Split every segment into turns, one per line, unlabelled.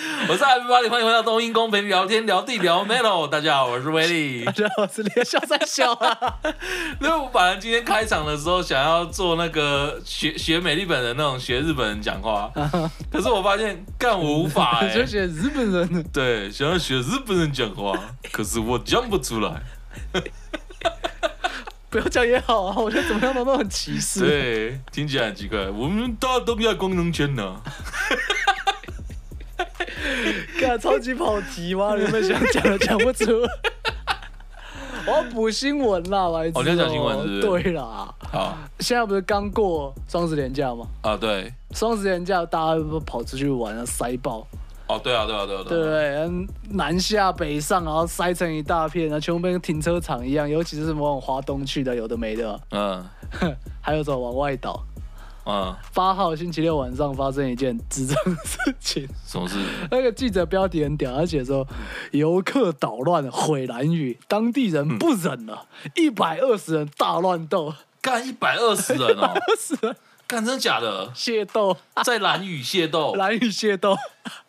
Happy Party，欢迎回到冬阴功，陪你聊天聊地聊 Melo。大家好，我是威力
大。家好，我是连笑在笑啊。
因为我本来今天开场的时候想要做那个学学美丽本人那种学日本人讲话，可是我发现干我无法 哎、
我就 觉得日本人呢，
对，想要学日本人讲话，可是我讲不出来。
不要讲也好啊，我觉得怎么样都都很歧视。
对，听起来很奇怪。我们大家都比较功能圈呢、
看，超级跑题哇！你们想讲的讲不出。 我要补新闻啦，白痴、
哦你要讲新闻是不是
对啦，
好
现在不是刚过双十连假吗？
啊，对，
双十连假大家都跑出去玩啊，塞爆，
哦，对啊，对啊，对啊，
对不
啊。
对？嗯南下北上，然后塞成一大片，然后全部跟停车场一样，尤其是什么往华东去的，有的没的，
嗯
还有什么往外岛。
嗯，
八号星期六晚上发生一件智障的事情。
什么事？
那个记者标题很屌，他写说游客捣乱毁蓝屿，当地人不忍了，
嗯
一百二十人大乱斗，
干一百二十人哦，
二十人
干真的假的？
械斗，
在蓝雨械斗，
蓝屿械斗。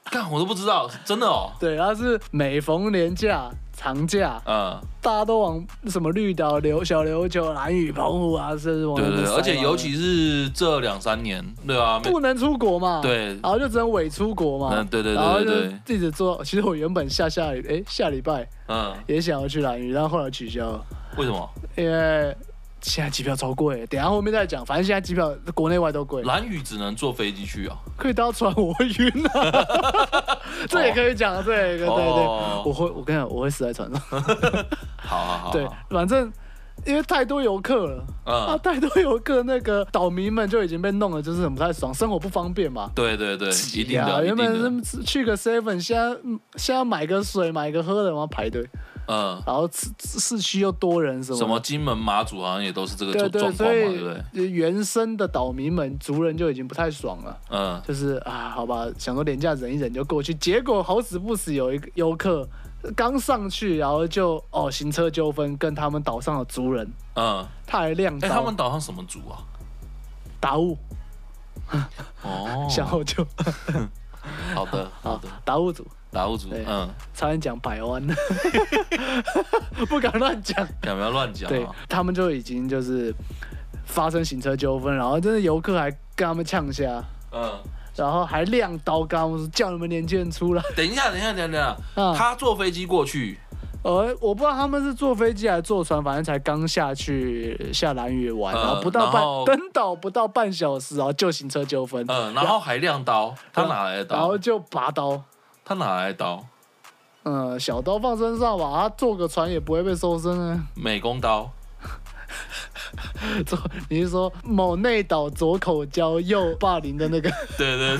干我都不知道，真的哦。
对，他是每逢年假。长假，
嗯，
大家都往什么绿岛、琉小琉球、蓝屿、澎湖啊，甚至往
对
那
对
边
对，
塞
而且
嘛
尤其是这两三年，对啊，没
不能出国嘛，
对
然后就只能伪出国嘛，
嗯对对对
然后
对对
就一直做。其实我原本下下礼，哎，下礼拜
嗯，
也想要去蓝屿，但后来取消了，
为什么？
因为现在机票超贵，等一下后面再讲。反正现在机票国内外都贵，
蓝雨只能坐飞机去啊。
可以搭船我会晕啊， 这也可以讲，这也可以，对对，
哦
我会，我跟你讲，我会死在船上。
好好好，
对
好，
反正。因为太多游客了，
嗯
啊，太多游客，那个岛民们就已经被弄了，就是很不太爽，生活不方便嘛。
对对对，一定
呀
的，一
原
定
本
的，
是去个 seven，现在嗯现在买个水、买个喝的，然后排队，
嗯，
然后市市区又多人什么的
什么金门、马祖好像也都是这个
对
状状
对，
况
所
嘛，对不对？
以原生的岛民们族人就已经不太爽了，
嗯，
就是啊，好吧，想说廉价忍一忍就过去，结果好死不死有一个游客刚上去，然后就哦行车纠纷跟他们岛上的族人，
嗯，
他还亮
哎、
刀，
他们岛上什么族啊？
达悟
哦，
向后就
好的 好
啊
的，
达悟组，
达悟族，
对
嗯，
差点讲百万， 不敢乱讲，
干嘛要乱讲
对
啊？
他们就已经就是发生行车纠纷，然后真的游客还跟他们呛下。
嗯，
然后还亮刀刚，我说叫你们年轻人出来。
等一下，等一下，等一下，
嗯
他坐飞机过去，
呃，我不知道他们是坐飞机还是坐船，反正才刚下去下蓝屿玩，
嗯
然后不到
然
半
后
登岛不到半小时，然后就行车纠纷，
嗯，然后还亮刀，他哪来的
然
刀
后？就拔刀，
他哪来的刀？
嗯，小刀放身上吧，他坐个船也不会被搜身啊。
美工刀，
坐你是说某内岛左口交右霸凌的那个，
对对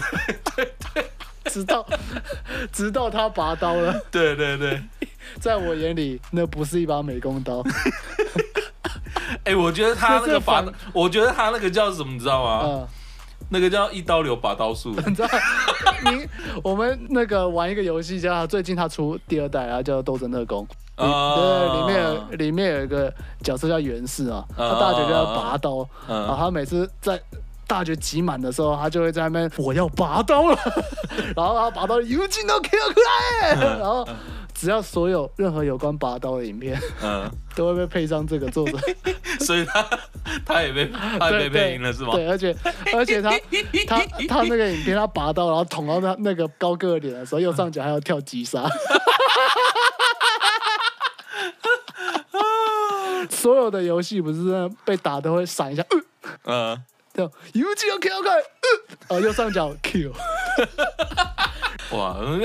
直到 直到他拔刀了，
对对对对。
在我眼里那不是一把美工 刀，
哎、我觉得他那
这
个
是
把
反，
我觉得他那个叫什么，你知道吗？
嗯。
那个叫一刀流拔刀术。
你知道，你我们那个玩一个游戏叫最近他出第二代，然后叫《斗争特工》
啊
对，里面有里面有一个角色叫袁氏啊，他大学就要拔刀，
嗯
然后他每次在。大学挤满的时候，他就会在那边我要拔刀了， 然后他拔刀，有进到 Q 来，然后只要所有任何有关拔刀的影片，
嗯，
都会被配上这个作者，
所以他他也被他也被
对
配音了是吗？
对， 而且而且他他他那个影片，他拔刀然后捅到他那个高个的脸的时候，右上角还要跳击杀。 所有的游戏不是那被打都会闪一下，呃，
嗯，
这样游击要 Q 快，呃，然后右上角 Q，
哇， 嗯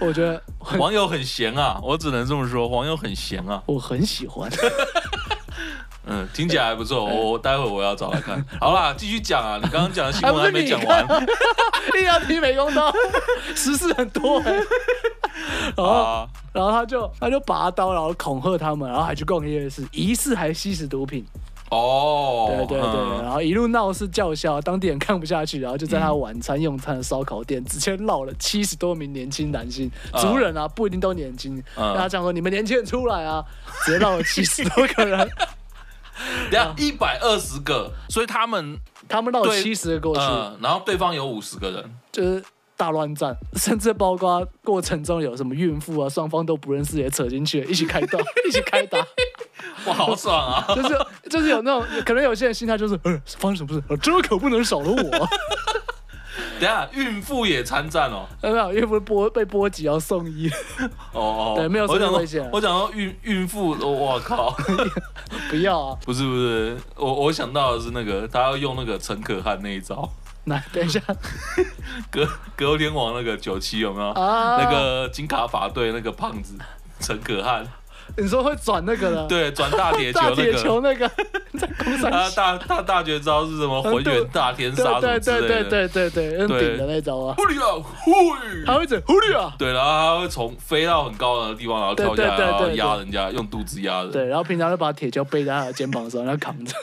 我觉得
网友很闲啊，我只能这么说，网友很闲啊。
我很喜欢。
嗯，听起来还不错，
哎
我我待会我要找来看。好啦，继续讲啊，你刚刚讲的新
还哎不
闻还
是
没
你
讲
看
完，
一定要踢美工刀，时事很多哎、 然后
啊。
然后他就他就拔刀，然后恐吓他们，然后还去逛夜市，疑似还吸食毒品。
哦，
对对对，然后一路闹事叫嚣，当地人看不下去，然后就在他晚餐用餐的烧烤店直接闹了七十多名年轻男性
啊
族人啊，不一定都年轻，
啊
跟他讲说你们年轻人出来啊，直接闹了七十多 个人，
嗯，等一下一百二十个，所以他们
他们闹了
对
七十个过去，
呃 嗯，然后对方有五十个人，
就是大乱战，甚至包括过程中有什么孕妇啊，双方都不认识也扯进去，一起开 刀，一起开打，
哇，好爽啊！
就是就是有那种可能有些人心态就是，呃，发生什么事，呃这可不能少了我。
等一下孕妇也参战哦，
有没有？孕妇波被波及要送医，
哦哦，
对没有
我
生
讲
命
到
危险
我讲到孕孕妇，我、我靠，
不要啊！
不是不是，我我想到的是那个他要用那个陈可汗那一招，
来，等一下，
隔隔天王那个九七有没有？
啊
那个金卡法队那个胖子陈可汗，
你说会转那个的，，
对，转大铁球
大
那
铁球
个。
那个，在公山
他大他大绝招是什么？
嗯
浑
对
圆大天
对
杀什么
对
之类的。
对对对对对，用顶的那种啊，
忽略啊，呼
他会整忽略啊，
对，然后他会从飞到很高的地方，然后跳下来，
对对对对
然后
对
压人家，用肚子压人。
对，然后平常就把铁球背在他的肩膀上，然后扛着，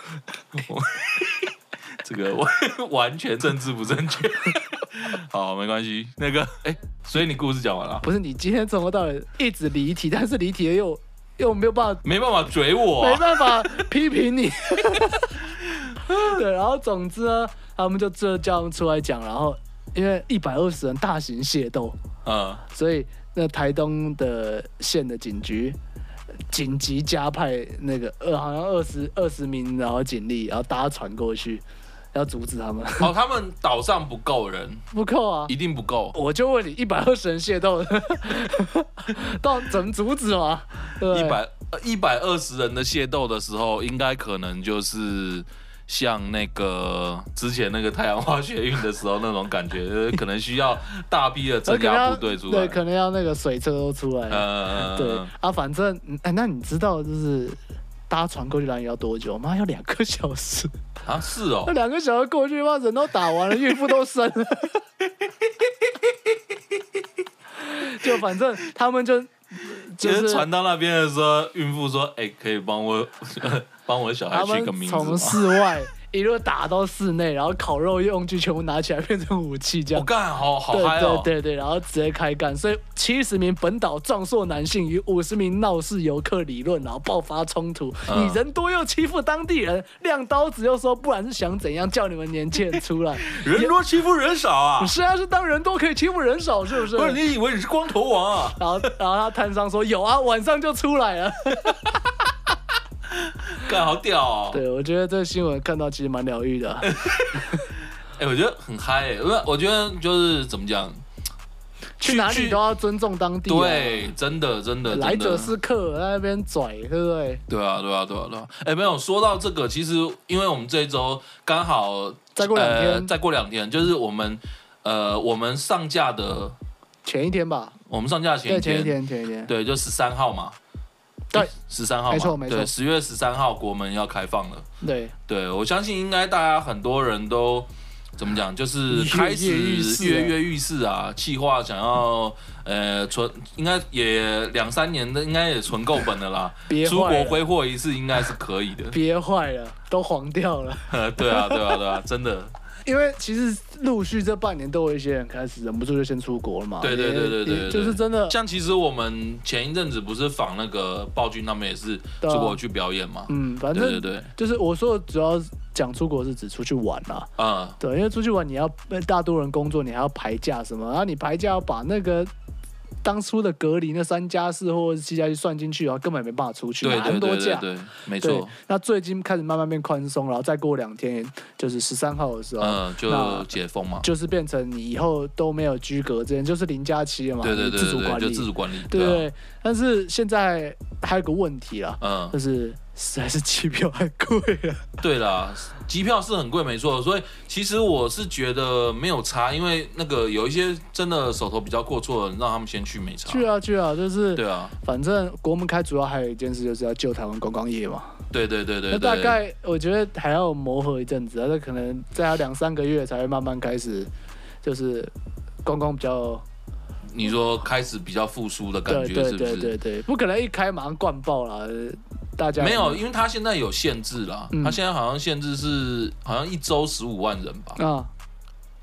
这个完 完全政治不正 确。好，没关系。那个，哎、所以你故事讲完了，
不是你今天从头到尾一直离题，但是离题又又没有办法。
没办法追我、
没
啊。
办法批评你，对，然后总之呢，他们就这叫他们出来讲，然后因为一百二十人大型械斗，
嗯，
所以那台东的县的警局紧急加派那个呃，好像二十二十名，然后警力，然后搭船过去，要阻止他们，
好，哦他们岛上不够人，
不够啊。
一定不够，
我就问你，一百二十人械斗， 到底怎么阻止嘛？对不
一
对
百一百二十人的械斗的时候，应该可能就是。像那个之前那个太阳花学运的时候那种感觉，呃可能需要大批的
而
镇
可能
压
要
部队出来。
对，可能要那个水车都出来了。
呃，
对啊，反正嗯哎、那你知道就是搭船过去兰屿要多久吗？要两个小时，
啊，是哦
那，两个小时过去，妈人都打完了，孕妇都生 了，就反正他们就
就
就是是
传到那边的时候，孕妇说：“哎、可以帮我 帮我小孩
他
取个
们
名字吗
从室外一路打到室内，然后烤肉用具全部拿起来变成武器这？”
我
样。
干，好好
对
嗨哦！
对对对，然后直接开干，所以七十名本岛壮硕男性与五十名闹事游客理论，然后爆发冲突。
嗯
你人多又欺负当地人，亮刀子又说，不然是想怎样？叫你们年轻人出来。
人多欺负人少啊！
是啊，是当人多可以欺负人少，是不是？
不是你以为你是光头王 啊？
然后，然后他摊商说有啊，晚上就出来了。
干，好屌哦！
对，我觉得这个新闻看到其实蛮疗愈的。啊
呃哎、我觉得很嗨、欸，我我觉得就是怎么讲，
去哪里都要尊重当地、啊。，
对，真的真的
来
真
者
的，
是客，在那边拽，对不对？
对啊对啊对啊对啊！哎、没有说到这个，其实因为我们这一周刚好
再过两天
呃再过两天就是我们呃我们上架的，
前一天吧，
我们上架前
对，
一
前一
天，
天，前一天。
对，就十三号嘛。
对，
十三号嘛
没错没错
对，十月十三号国门要开放了。
对，
对，我相信应该大家很多人都怎么讲，就是
跃
开
跃欲
始
试啊
跃跃欲试啊，计划想要呃存，应该也两三年的，应该也存够本的啦
憋。
出
坏
国
了。
挥霍一次应该是可以的
憋坏了，都黄掉了。
对啊，对啊，对啊，真的，
因为其实陆续这半年都有一些人开始忍不住就先出国了嘛。
对对
也
对对对对，
也就是真的，
像其实我们前一阵子不是访那个暴君，他们也是
对啊
出国去表演嘛。
嗯，反
对对
正
对，
就是我说的主要讲出国是指出去玩啦、
嗯，
对，因为出去玩你要呃大多人工作，你还要排假什么，然后你排假要把那个当初的隔离那三加四或者是七加一算进去，然后根本没办法出去，
对
哪那
对
么
对
多
对
假。
对，没
对
错，，
那最近开始慢慢变宽松，然后再过两天，就是十三号的时候，
嗯，就
那
解封嘛，
就是变成你以后都没有居隔之间，就是零加七了嘛，
对对对
你自主
对
管
对，
理，
就自主管理，
对
对啊，
对。但是现在还有个问题啦，
嗯
就，是实在是机票太贵 了。
对啦，机票是很贵，没错，所以其实我是觉得没有差，因为那个有一些真的手头比较过错的人，让他们先去没差，
去啊去啊，就是
对啊，
反正国门开主要还有一件事就是要救台湾观光业嘛。
对对对对
那
对，
大概我觉得还要磨合一阵子啊，那可能再要两三个月才会慢慢开始，就是观光比较。
你说开始比较复苏的感
对
觉
对
是不
对对
是？
对，不可能一开马上灌爆了，呃大家
没有，因为他现在有限制啦，
嗯
他现在好像限制是好像一周十五万人吧，
啊，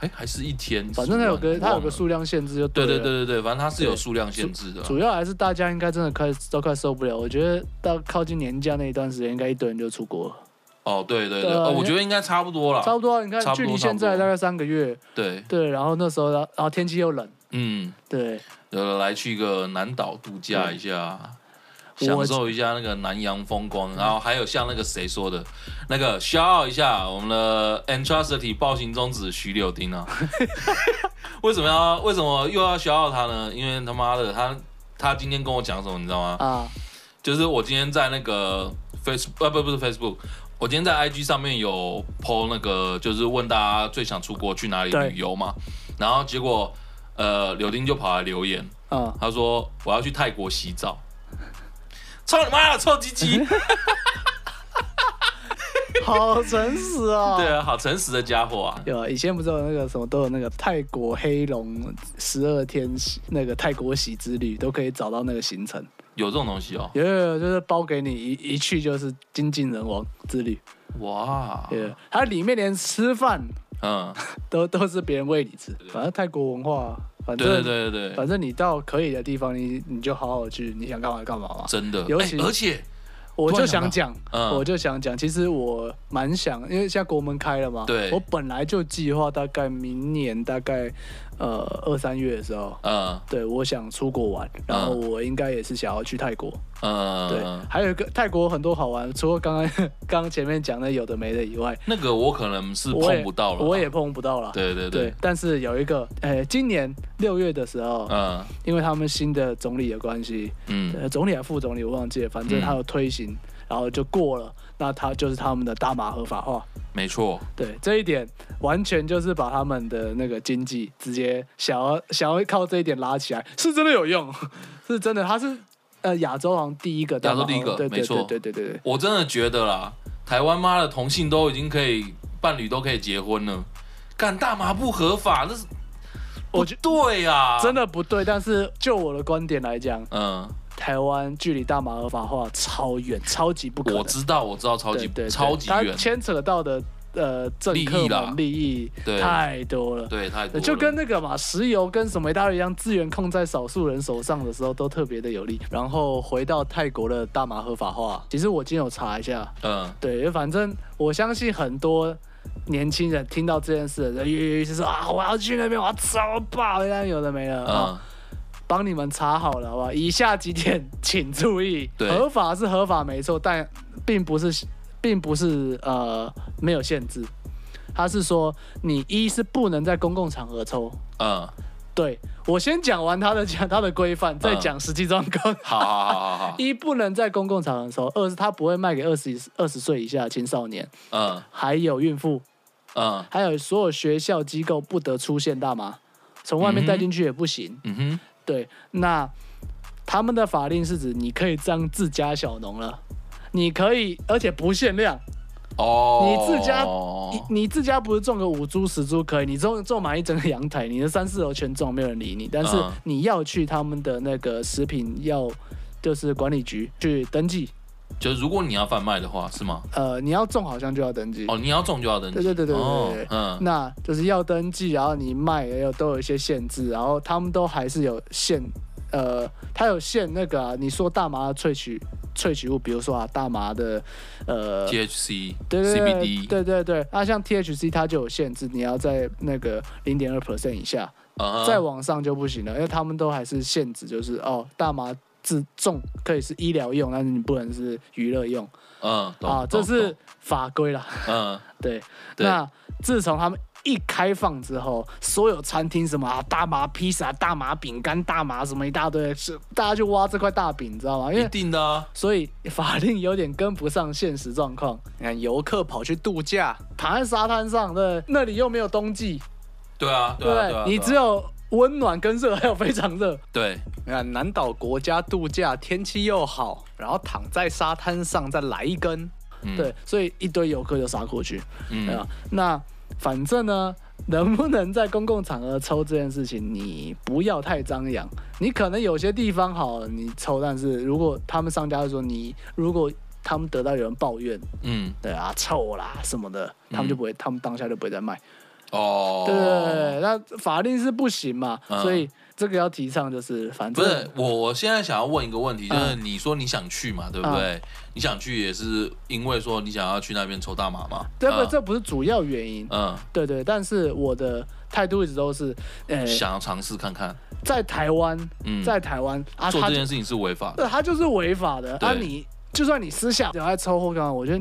哎，还是一天15万人，
反正它有个它有
忘了
个，数量限制就
对
对
对
了
对对对，反正它是有数量限制的啊，
主要还是大家应该真的快都快受不了，我觉得到靠近年假那一段时间，应该一堆人就出国了。
哦，对对对，
对啊
哦，
你
我觉得应该差不多了。
差不多啊，你看
差不
距
多
离现
差
在
不多
大概三个月，
对，
对，然后那时候然后然后天气又冷，
嗯，
对，
呃，来去个南岛度假一下，
我
享受一下那个南洋风光。然后还有像那个谁说的，那个 shout out 一下我们的 Entrusty 暴行终止徐柳丁啊，为什么要为什么又要 shout out 他呢？因为他妈的他他今天跟我讲什么，你知道吗？
啊，
就是我今天在那个 Facebook，呃，不，不是 Facebook，我今天在 IG 上面有 PO 那个，就是问大家最想出国去哪里
对
旅游嘛。然后结果，呃，柳丁就跑来留言，
啊，
他说我要去泰国洗澡。操你妈的，臭鸡 鸡！
好诚实啊、
对啊，好诚实的家伙啊！
有啊，以前不是有那个什么都有那个泰国黑龙十二天喜那个泰国喜之旅，都可以找到那个行程。
有这种东西哦。
有有有，就是包给你一一去就是精尽人亡之旅。
哇，
对，它里面连吃饭
嗯，
都都是别人喂你吃，反正泰国文化，反正
对对对对，
反正你到可以的地方，你你就好好去，你想干嘛干嘛嘛。
真的。
尤
哎
其
而且，
我
突
就
然想
想
到
讲，
嗯
我就想讲，其实我蛮想，因为现在国门开了嘛，
对
我本来就计划大概明年大概呃二三月的时候，
嗯
对我想出国玩，然后我应该也是想要去泰国，对，
嗯，
还有一个泰国很多好玩，除了刚刚 刚刚前面讲的有的没的以外，
那个我可能是
我也
碰不到了。
我也。碰不到了，
对对
对
对，，
但是有一个，呃，今年六月的时候，
嗯
因为他们新的总理的关系，
嗯。
呃，总理还副总理我忘记了，反正他有推行，然后就过了。那他就是他们的大麻合法化，
没错，
对这一点完全就是把他们的那个经济直接想要想要靠这一点拉起来，是真的有用， 是真的，他是呃亚洲好像第一个大麻合，
亚洲第一个
对对
没错
对对对对对，
我真的觉得啦，台湾妈的同性都已经可以伴侣都可以结婚了，干大麻不合法，那是
我
不
觉
对啊，
真，的不对。但是就我的观点来讲，
嗯，
台湾距离大麻合法化超远，超级不可能，
我知道我知道，超级
对对对
超级
它
远，
牵扯到的呃政客
利益啦
们利益
对
太多了。呃
对，太多了
就跟那个嘛，石油跟什么一大堆一样，资源控在少数人手上的时候都特别的有利。然后回到泰国的大麻合法化，其实我今天有查一下，
嗯
对，反正我相信很多年轻人听到这件事的人，就说啊，我要去那边，我要超爆，那有的没了啊。
嗯，
帮你们查好了，好不好？以下几点请注意：
对
合法是合法没错，但并不是，并不是呃没有限制。他是说，你一是不能在公共场合抽。
嗯，
对我先讲完他的讲他的规范，再讲实际状况。
好好好好 好，
一不能在公共场合抽，二是他不会卖给二十二十岁以下的青少年，
嗯
还有孕妇，
嗯
还有所有学校机构不得出现大麻，从外面带进去也不行。
嗯哼，
对，那他们的法令是指你可以当自家小农了，你可以，而且不限量。
哦，
你自家你你自家不是种个五株十株可以，你种种满一整个阳台，你的三四楼全种，没有人理你。但是
嗯
你要去他们的那个食品药，就是管理局去登记，
就是如果你要贩卖的话，是吗？
呃，你要种好像就要登记。
哦，你要中就要登记，
对对对对对
哦
对对
嗯
那就是要登记，然后你卖也有都有一些限制，然后他们都还是有限，呃，它有限那个、啊、你说大麻的萃取萃取物，比如说啊大麻的呃，
，THC、
对对对
CBD，
对对对，那像 THC 它就有限制，你要在那个零点二 percent 以下，
嗯哼
再往上就不行了，因为他们都还是限制，就是哦大麻。自种可以是医疗用，但是你不能是娱乐用
嗯，懂
啊，这
懂
是
懂
法规啦。
嗯
对，
对
那自从他们一开放之后，所有餐厅什么啊，大麻披萨、大麻饼干、大麻什么一大堆，是大家就挖这块大饼，你知道吗？因
嗯
一
为
定的啊，
所以法令有点跟不上现实状况。你看，游客跑去度假，躺在沙滩上，对，那里又没有冬季，
对啊
不
对啊对啊，
你
对啊
只有温暖跟热，还有非常热。
对。
你看南岛国家度假，天气又好，然后躺在沙滩上再来一根，
嗯
对，所以一堆游客就杀过去，
嗯
对吧？啊那反正呢，能不能在公共场合抽这件事情，你不要太张扬。你可能有些地方好，你抽，但是如果他们商家会说你，如果他们得到有人抱怨，
嗯，
对啊，臭啦什么的，他们就不会，他们当下就不会再卖。
哦，
对，那法令是不行嘛，
嗯
所以这个要提倡就是，反
不
正
是我，我现在想要问一个问题，就是
嗯
你说你想去嘛，对不对？你想去也是因为说你想要去那边抽大麻嘛？
这不
嗯
这不是主要原因，
嗯，
对对，但是我的态度一直都是，呃，
想要尝试看看，
在台湾，
嗯，
在台湾啊，
做
他
这件事情是违法的，
对他就是违法的啊
对
你！就算你私下有在抽或干嘛，我觉得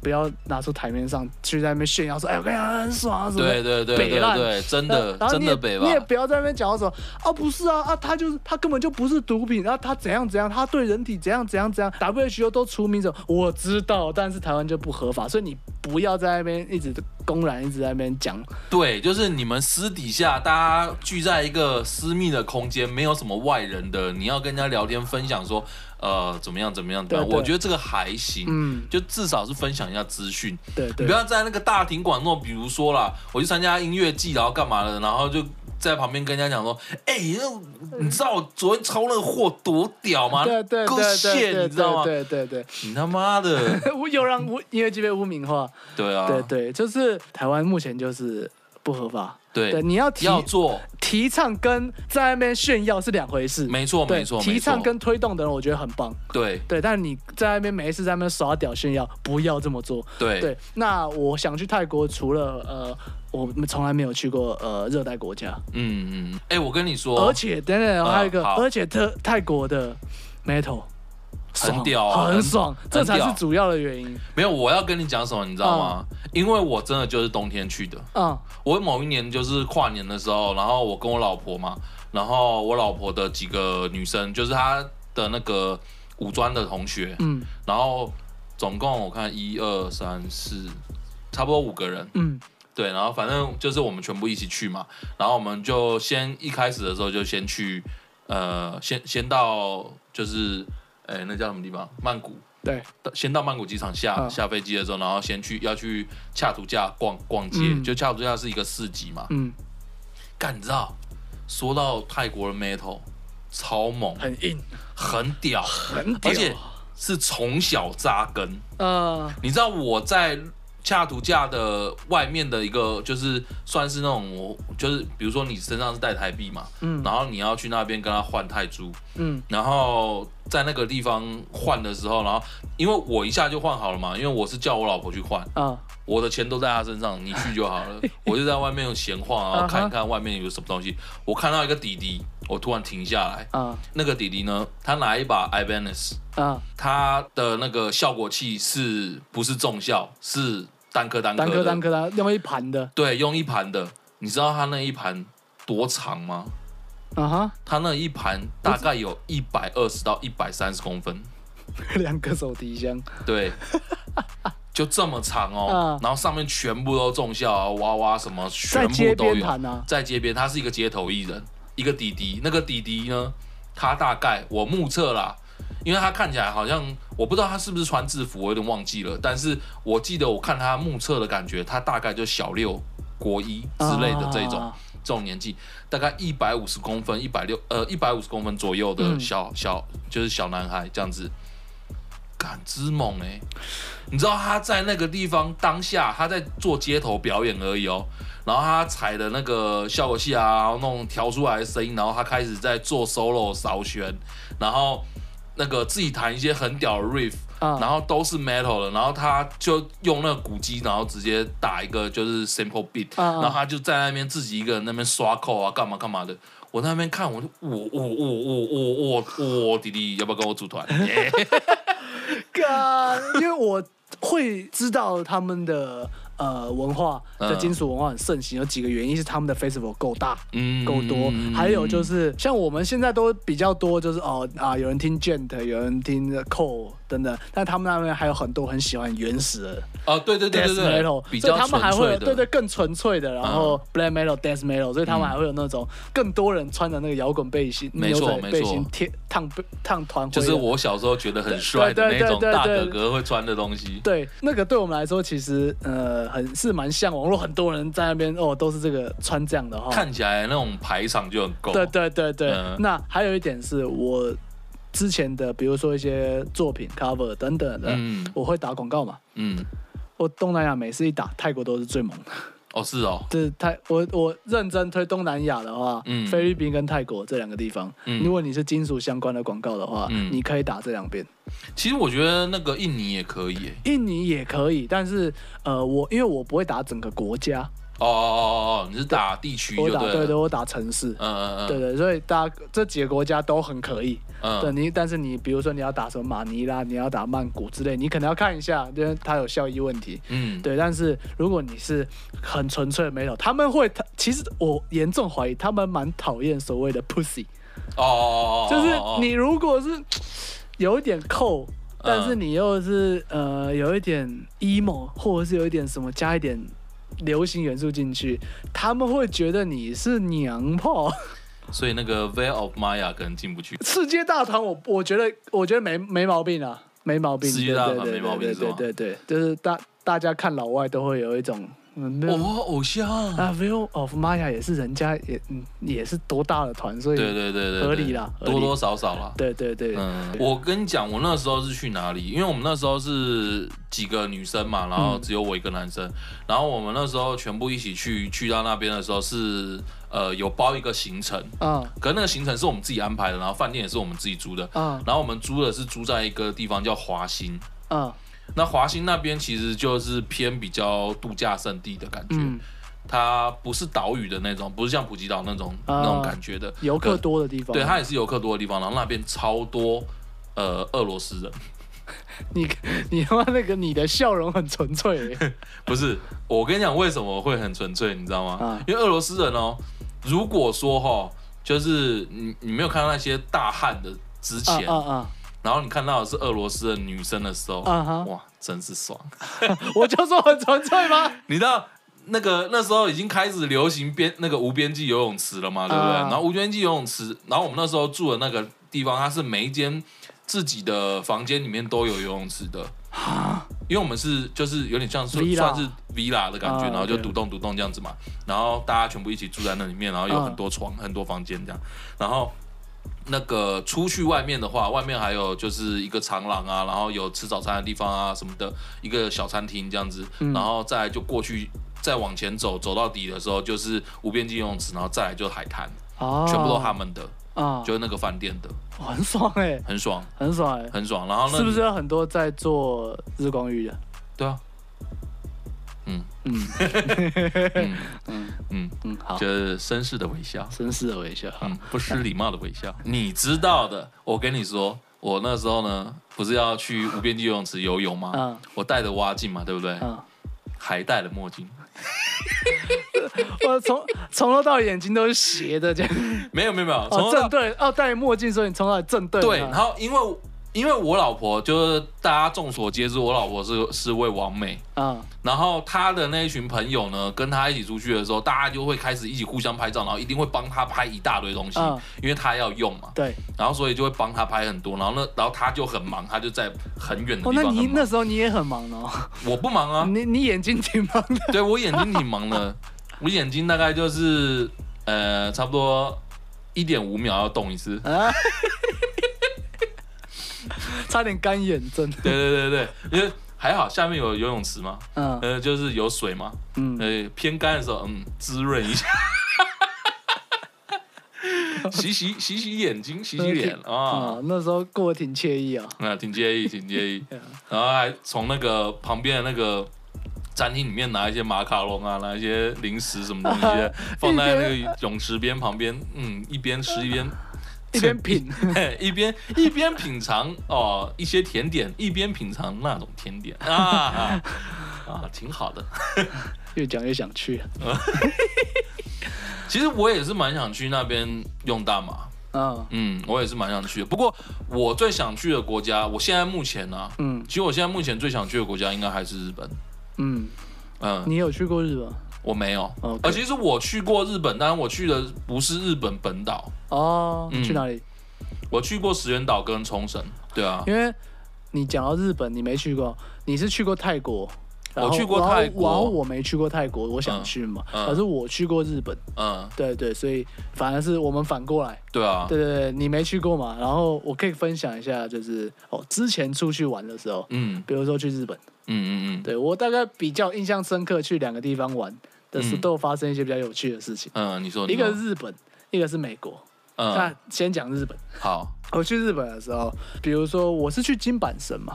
不要拿出台面上去在那边炫耀说，哎，我跟你讲很爽啊什么的。
对对对
北
对
烂
对，真
那
的
然后
真
你
的
也
北吧
你也？不要在那边讲到什么啊，不是啊啊，他就是他根本就不是毒品，然后他怎样怎样，他对人体怎样怎样怎样，WHO 都除名者，我知道，但是台湾就不合法，所以你不要在那边一直公然一直在那边讲，
对，就是你们私底下大家聚在一个私密的空间，没有什么外人的，你要跟人家聊天分享说，呃，怎么样怎么样怎么样？
对对
我觉得这个还行，
嗯，
就至少是分享一下资讯。
对
你
对
不，要在那个大庭广众，比如说啦，我去参加音乐季，然后干嘛的，然后就在旁边跟人家讲说，哎、那你知道我昨天抽那个货多屌吗？
对对对
够
对
线，
对
你知道吗？
对对对
你他妈的，
对， 我又让污音乐剧被污名化，
对啊，
对对，就是台湾目前就是不合法，
对
对，你要提
要做，
提倡跟在那边炫耀是两回事，
没错
对
没错，
提倡
没错
跟推动的人我觉得很棒。
对
对，但你在那边没事在那边耍屌炫耀，不要这么做。
对
对，那我想去泰国，除了呃，我们从来没有去过呃热带国家，
嗯嗯，哎、我跟你说，
而且等等还有一个，
啊好
而且特泰国的 metal
很
爽
屌啊
很
很
爽，这才是
屌
主要的原因。
没有，我要跟你讲什么，你知道吗？因为我真的就是冬天去的，
嗯
我某一年就是跨年的时候，然后我跟我老婆嘛，然后我老婆的几个女生，就是她的那个五专的同学，
嗯
然后总共我看一二三四，差不多五个人，
嗯
对，然后反正就是我们全部一起去嘛，然后我们就先一开始的时候就先去，呃，先先到就是，哎，那叫什么地方？曼谷。
对，
到先到曼谷机场下、
嗯
下飞机的时候，然后先去要去恰图架逛逛街，
嗯
就恰图架是一个市集嘛，
嗯，
干，你知道，说到泰国的 metal，超猛，
很硬，
很屌，
很哎屌。啊
而且是从小扎根。
呃，
你知道我在恰图架的外面的一个，就是算是那种，我就是比如说你身上是带台币嘛，
嗯
然后你要去那边跟他换泰铢，
嗯
然后在那个地方换的时候，然后因为我一下就换好了嘛，因为我是叫我老婆去换，
啊
我的钱都在他身上，你去就好 了。我就在外面闲晃，然后
啊
看一看外面有什么东西。我看到一个弟弟，我突然停下来。
啊
那个弟弟呢，他拿一把 Ibanez，
啊，
他的那个效果器是不是重效？是单颗单颗
单
的。
颗单颗单，要么一盘的
对，用一盘的。你知道他那一盘多长吗？
啊哈，
他那一盘大概有一百二十到一百三十公分，
两个手提箱，
对， 就这么长哦
嗯。
然后上面全部都重效啊，娃娃什么全
在街
部都
边
有。
盘啊，
在街边，他是一个街头艺人，一个弟弟。那个弟弟呢，他大概我目测啦，因为他看起来好像我不知道他是不是穿制服，我有点忘记了。但是我记得我看他目测的感觉，他大概就小六、国一之类的这种、
啊
这种年纪，大概一百五十公分、一百六呃一百五十公分左右的
嗯
小、小就是小男孩这样子。感之猛哎、你知道他在那个地方当下，他在做街头表演而已哦。然后他踩的那个效果器啊，然后弄调出来的声音，然后他开始在做 solo 扫弦，然后那个自己弹一些很屌的 riff，、
啊
然后都是 metal 的，然后他就用那个鼓机，然后直接打一个就是 simple beat，、
啊
然后他就在那边自己一个人那边刷扣啊，干嘛干嘛的。我在那边看，我就我我我我我我我弟弟要不要跟我组 团？哎耶
干，因为我会知道他们的呃文化的
嗯
金属文化很盛行，有几个原因是他们的 festival 够大。
嗯
够多，还有就是像我们现在都比较多，就是哦啊，有人听 Gent，有人听 Cole 等等，但他们那边还有很多很喜欢原始的
哦，对对对对
Death
对，
Metal，
比
所以
较
他们还
纯
会
粹
有
的，啊
对对更纯粹的，然后 Black Metal、Death Metal，所以他们还会有那种更多人穿的那个摇滚背心、
嗯没
牛
错
仔
没
背
错
心、贴烫烫团徽的，
就是我小时候觉得很帅的
对
那
对
种
对对
大
对
哥哥会穿的东西。
对，那个对我们来说，其实呃，很是蛮向往。如果很多人在那边哦，都是这个穿这样的哈。
看起来那种排场就很够。
对对对对。
嗯
那还有一点是我之前的，比如说一些作品 cover 等等的，
嗯
我会打广告嘛。
嗯，
我东南亚每次一打泰国都是最猛的，
哦，是哦，
这泰我我认真推东南亚的话，
嗯
菲律宾跟泰国这两个地方，
嗯
如果你是金属相关的广告的话，
嗯
你可以打这两遍。
其实我觉得那个印尼也可以耶。
印尼也可以，但是呃，我因为我不会打整个国家，
哦哦哦哦，你是打地区就
我
对
打
了。
对对，我打城市。
嗯嗯嗯，
对对，所以大家这几个国家都很可以。
嗯
对你，但是你比如说你要打什么马尼拉，你要打曼谷之类，你可能要看一下，因为它有效益问题。
嗯，
对，但是如果你是很纯粹的美丑，他们会，他其实我严重怀疑他们蛮讨厌所谓的 pussy，
哦哦哦，
就是
哦
你如果是有一点扣，但是
嗯
你又是呃有一点 emo，或者是有一点什么加一点流行元素进去，他们会觉得你是娘炮。
所以那个 Veil of Maya 可能进不去。
世界大团我，我觉得我觉得没没毛病啊，没毛病。
世界大团
对对对
没毛病
对
是吗
对对对，就是大大家看老外都会有一种嗯没有
哦，偶像。
啊，View of Maya 也是人家也嗯也是多大的团，所以
对对对对对，
合理啦合理
多多少少啦。
对对对
嗯，我跟你讲，我那时候是去哪里？因为我们那时候是几个女生嘛，然后只有我一个男
嗯
生，然后我们那时候全部一起去，去到那边的时候是呃有包一个行程，
啊
可是那个行程是我们自己安排的，然后饭店也是我们自己租的，
啊
然后我们租的是租在一个地方叫华兴，
啊
那华兴那边其实就是偏比较度假胜地的感觉，
嗯，
它不是岛屿的那种，不是像普吉岛那种、
啊
那种感觉的，
游客多的地方，啊
对，它也是游客多的地方，然后那边超多呃俄罗斯人，
你你他妈那个你的笑容很纯粹欸
不是我跟你讲为什么会很纯粹，你知道吗？
啊
因为俄罗斯人哦，如果说哈、就是你你没有看到那些大汉的之
啊
前，
啊
然后你看到的是俄罗斯的女生的时候，
啊哈
哇，真是爽！
啊！我就说很纯粹吗？
你知道那个那时候已经开始流行边那个无边际游泳池了嘛，对不对？
啊
然后无边际游泳池，然后我们那时候住的那个地方，它是每一间自己的房间里面都有游泳池的。因为我们是就是有点像是
Villa
算是 villa 的感觉，
啊
然后就
OK
独栋独栋这样子嘛，然后大家全部一起住在那里面，然后有
啊
很多床、很多房间这样，然后那个出去外面的话，外面还有就是一个长廊啊，然后有吃早餐的地方啊什么的，一个小餐厅这样子，
嗯
然后再来就过去，再往前走，走到底的时候就是无边际游泳池，然后再来就是海滩，
哦，
全部都他们的，
啊，
就是那个饭店的，
哇很爽哎，
很爽，
很爽哎，
很爽。然后那
是不是？有很多在做日光浴的？
对啊，
嗯
嗯
嗯
嗯，
嗯，好，
就是绅士的微笑，
绅士的微笑，好
嗯，不失礼貌的微笑。你知道的，我跟你说，我那时候呢，不是要去无边际游泳池游泳吗？
嗯
我戴着蛙镜嘛，对不对？
嗯。
还戴了墨镜。
我从从头到尾眼睛都是斜的，这样。
没有没有没有，从头
哦，
到
正对，哦，戴墨镜，所以你从头到尾正对。啊
对，然后因为因为我老婆就是大家众所皆知，我老婆是是位王美，
啊
然后她的那一群朋友呢，跟她一起出去的时候，大家就会开始一起互相拍照，然后一定会帮她拍一大堆东西，
嗯
因为她要用嘛，
对。
然后所以就会帮她拍很多，然后呢，然后她就很忙，她就在很远的
哦，
地
那
方很忙。
你那时候你也很忙哦，
我不忙啊，
你你眼睛挺忙 的。
对我眼睛挺忙 的，我眼睛大概就是呃差不多一点五秒要动一次。
啊，差点干眼症。
对对对对，因为还好下面有游泳池嘛，
嗯
呃就是有水嘛，
嗯，
呃，偏干的时候，嗯，滋润 一下，洗洗洗洗眼睛，洗 洗脸啊
啊，，那时候过得挺惬 意啊。
那嗯挺介意，挺介 意。然后还从那个旁边的那个餐厅里面拿一些马卡龙啊，拿一些零食什么东西 的放在那个泳池边旁边，嗯，一边吃一边。
一边 品
一边一边品尝哦一些甜点，一边品尝那种甜点啊啊，挺好的。
越讲越想去。
其实我也是蛮想去那边用大麻，
嗯
嗯，我也是蛮想去的。不过我最想去的国家，我现在目前呢、啊，
嗯
其实我现在目前最想去的国家应该还是日本。
嗯，
嗯，
你有去过日本？
我没有。
OK
呃，其实我去过日本，但是我去的不是日本本岛，
哦，
嗯
去哪里？
我去过石垣岛跟冲绳。对啊，
因为你讲到日本，你没去过，你是去过泰国。然后
我去过
然后
泰国
然后我没去过泰国，我想去嘛。
嗯嗯
可是我去过日本，
嗯，
对对，所以反而是我们反过来，
对啊，
对对对，你没去过嘛？然后我可以分享一下，就是哦，之前出去玩的时候，
嗯
比如说去日本，
嗯嗯嗯，
对我大概比较印象深刻去两个地方玩，的
嗯
store 发生一些比较有趣的事情。
嗯，你说
一
你
个
说
是日本，一个是美国。
嗯
那先讲日本。
好
我去日本的时候，比如说我是去金板神嘛，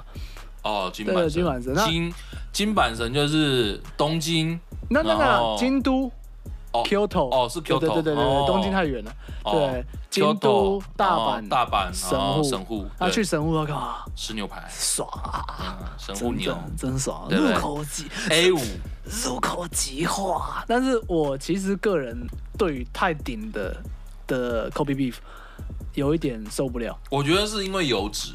哦，金
对
板
对金板神那
金金板神就是东京
那那
然
个
后
京都
哦
Kyoto
哦是 Kyoto
对对对对
哦
对，东京太远了，
哦
对，京都
Kyoto，、
大
哦
阪、
大阪
神
哦
户
神户，
啊，
对
去神户要干嘛？
吃牛排，
爽啊！
嗯，神户
真
牛
的真爽，
对不
入
对
口即
A 五
入口即化。但是我其实个人对于太顶的的 Kobe beef 有一点受不了，
我觉得是因为油脂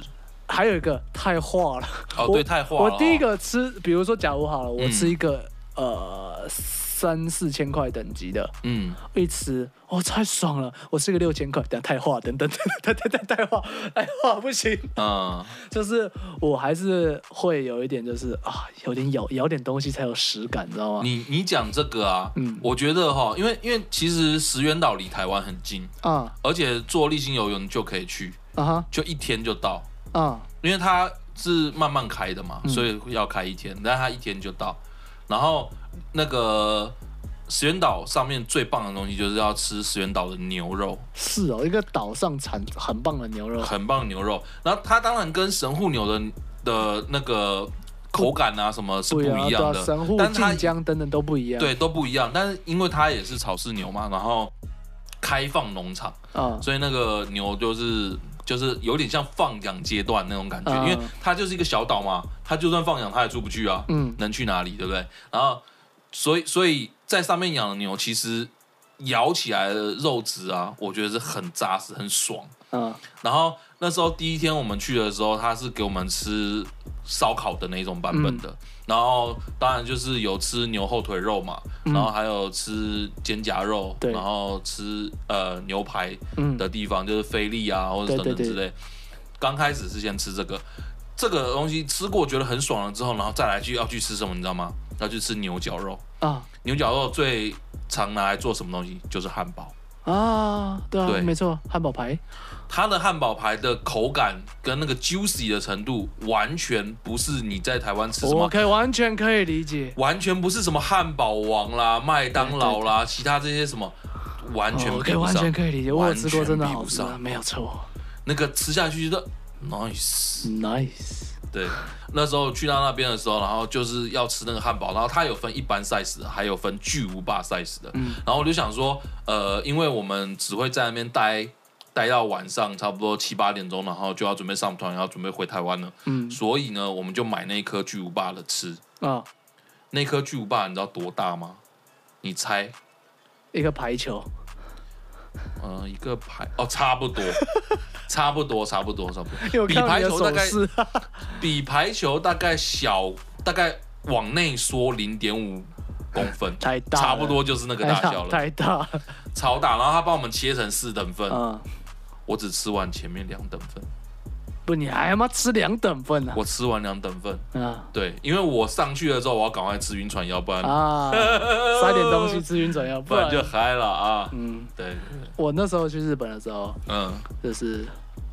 还有一个太化了。
哦，
我
对，太化
我
了
第一
哦
个吃，比如说假如好了，我
嗯
吃一个、呃三四千块等级的，
嗯，
一吃，哦，太爽了！我吃个六千块，等下太化，等 等等等等等太化，太化不行。
嗯，
就是我还是会有一点，就是啊，有点咬咬点东西才有实感，你知道吗？
你你讲这个啊，
哦嗯
我觉得哈，因为因为其实石原岛离台湾很近，
啊
而且坐立新游轮就可以去，
啊哈
就一天就到，
啊
因为它是慢慢开的
嗯
嘛，所以要开一天，但它一天就到。然后那个石原岛上面最棒的东西就是要吃石原岛的牛肉，
是哦，一个岛上产很棒的牛肉，
很棒的牛肉。然后它当然跟神户牛的的那个口感啊什么是不
对啊，
一
对
样
啊，
的，
神户
但、它
晋江等等都不一样。
对都不一样。但是因为它也是草饲牛嘛，然后开放农场，
啊，
所以那个牛就是就是有点像放养阶段那种感觉，
嗯
因为它就是一个小岛嘛，它就算放养它也出不去啊，
嗯
能去哪里，对不对？然后所以所以在上面养的牛，其实咬起来的肉质啊，我觉得是很扎实、很爽。
啊
然后那时候第一天我们去的时候，他是给我们吃烧烤的那种版本
嗯
的，然后当然就是有吃牛后腿肉嘛，
嗯
然后还有吃肩胛肉，
对
然后吃呃牛排
嗯
的地方，就是菲力啊或者
对
等等
对
之
嗯对
类。刚开始是先吃这个，这个东西吃过觉得很爽了之后，然后再来去要去吃什么，你知道吗？要去吃牛绞肉。
啊
牛绞肉最常拿来做什么东西？就是汉堡。
啊，对啊，
对
没错，汉堡排
它的汉堡排的口感跟那个 juicy 的程度，完全不是你在台湾吃什
我
么，
可以完全可以理解。
完全不是什么汉堡王啦、麦当劳啦，其他这些什么，完全
哦我可
比
以
不
完
上
全。可以理解，我有吃过，
完全
真的
比
好
不
吃啊，
上
没有错。
那个吃下去的 nice，
Nice，
对。那时候去到那边的时候，然后就是要吃那个汉堡，然后它有分一般 size 的，还有分巨无霸 size 的。
嗯
然后我就想说，呃，因为我们只会在那边待待到晚上差不多七八点钟，然后就要准备上船，然后准备回台湾了。
嗯
所以呢，我们就买那一颗巨无霸的吃。
啊，
那颗巨无霸你知道多大吗？你猜？
一个 排球，
嗯、一个排哦，差不多，差不多，差不多，差不多，
因为我
比
看到
排
你的
球大
手
概
势，，
比排球大概小，大概往内缩零点五公分
太大了，
差不多就是那个
太
大小了，
太大了，
超大。然后他帮我们切成四等份，
嗯，
我只吃完前面两等份，
不，你还他妈吃两等份呢
我吃完两等份，
啊
对，因为我上去了之后，我要赶快吃晕船，要不然、
啊，塞点东西吃晕船药，
不
不
然
然
就嗨了啊。
嗯，
对，对对
我那时候去日本的时候，
嗯，
就是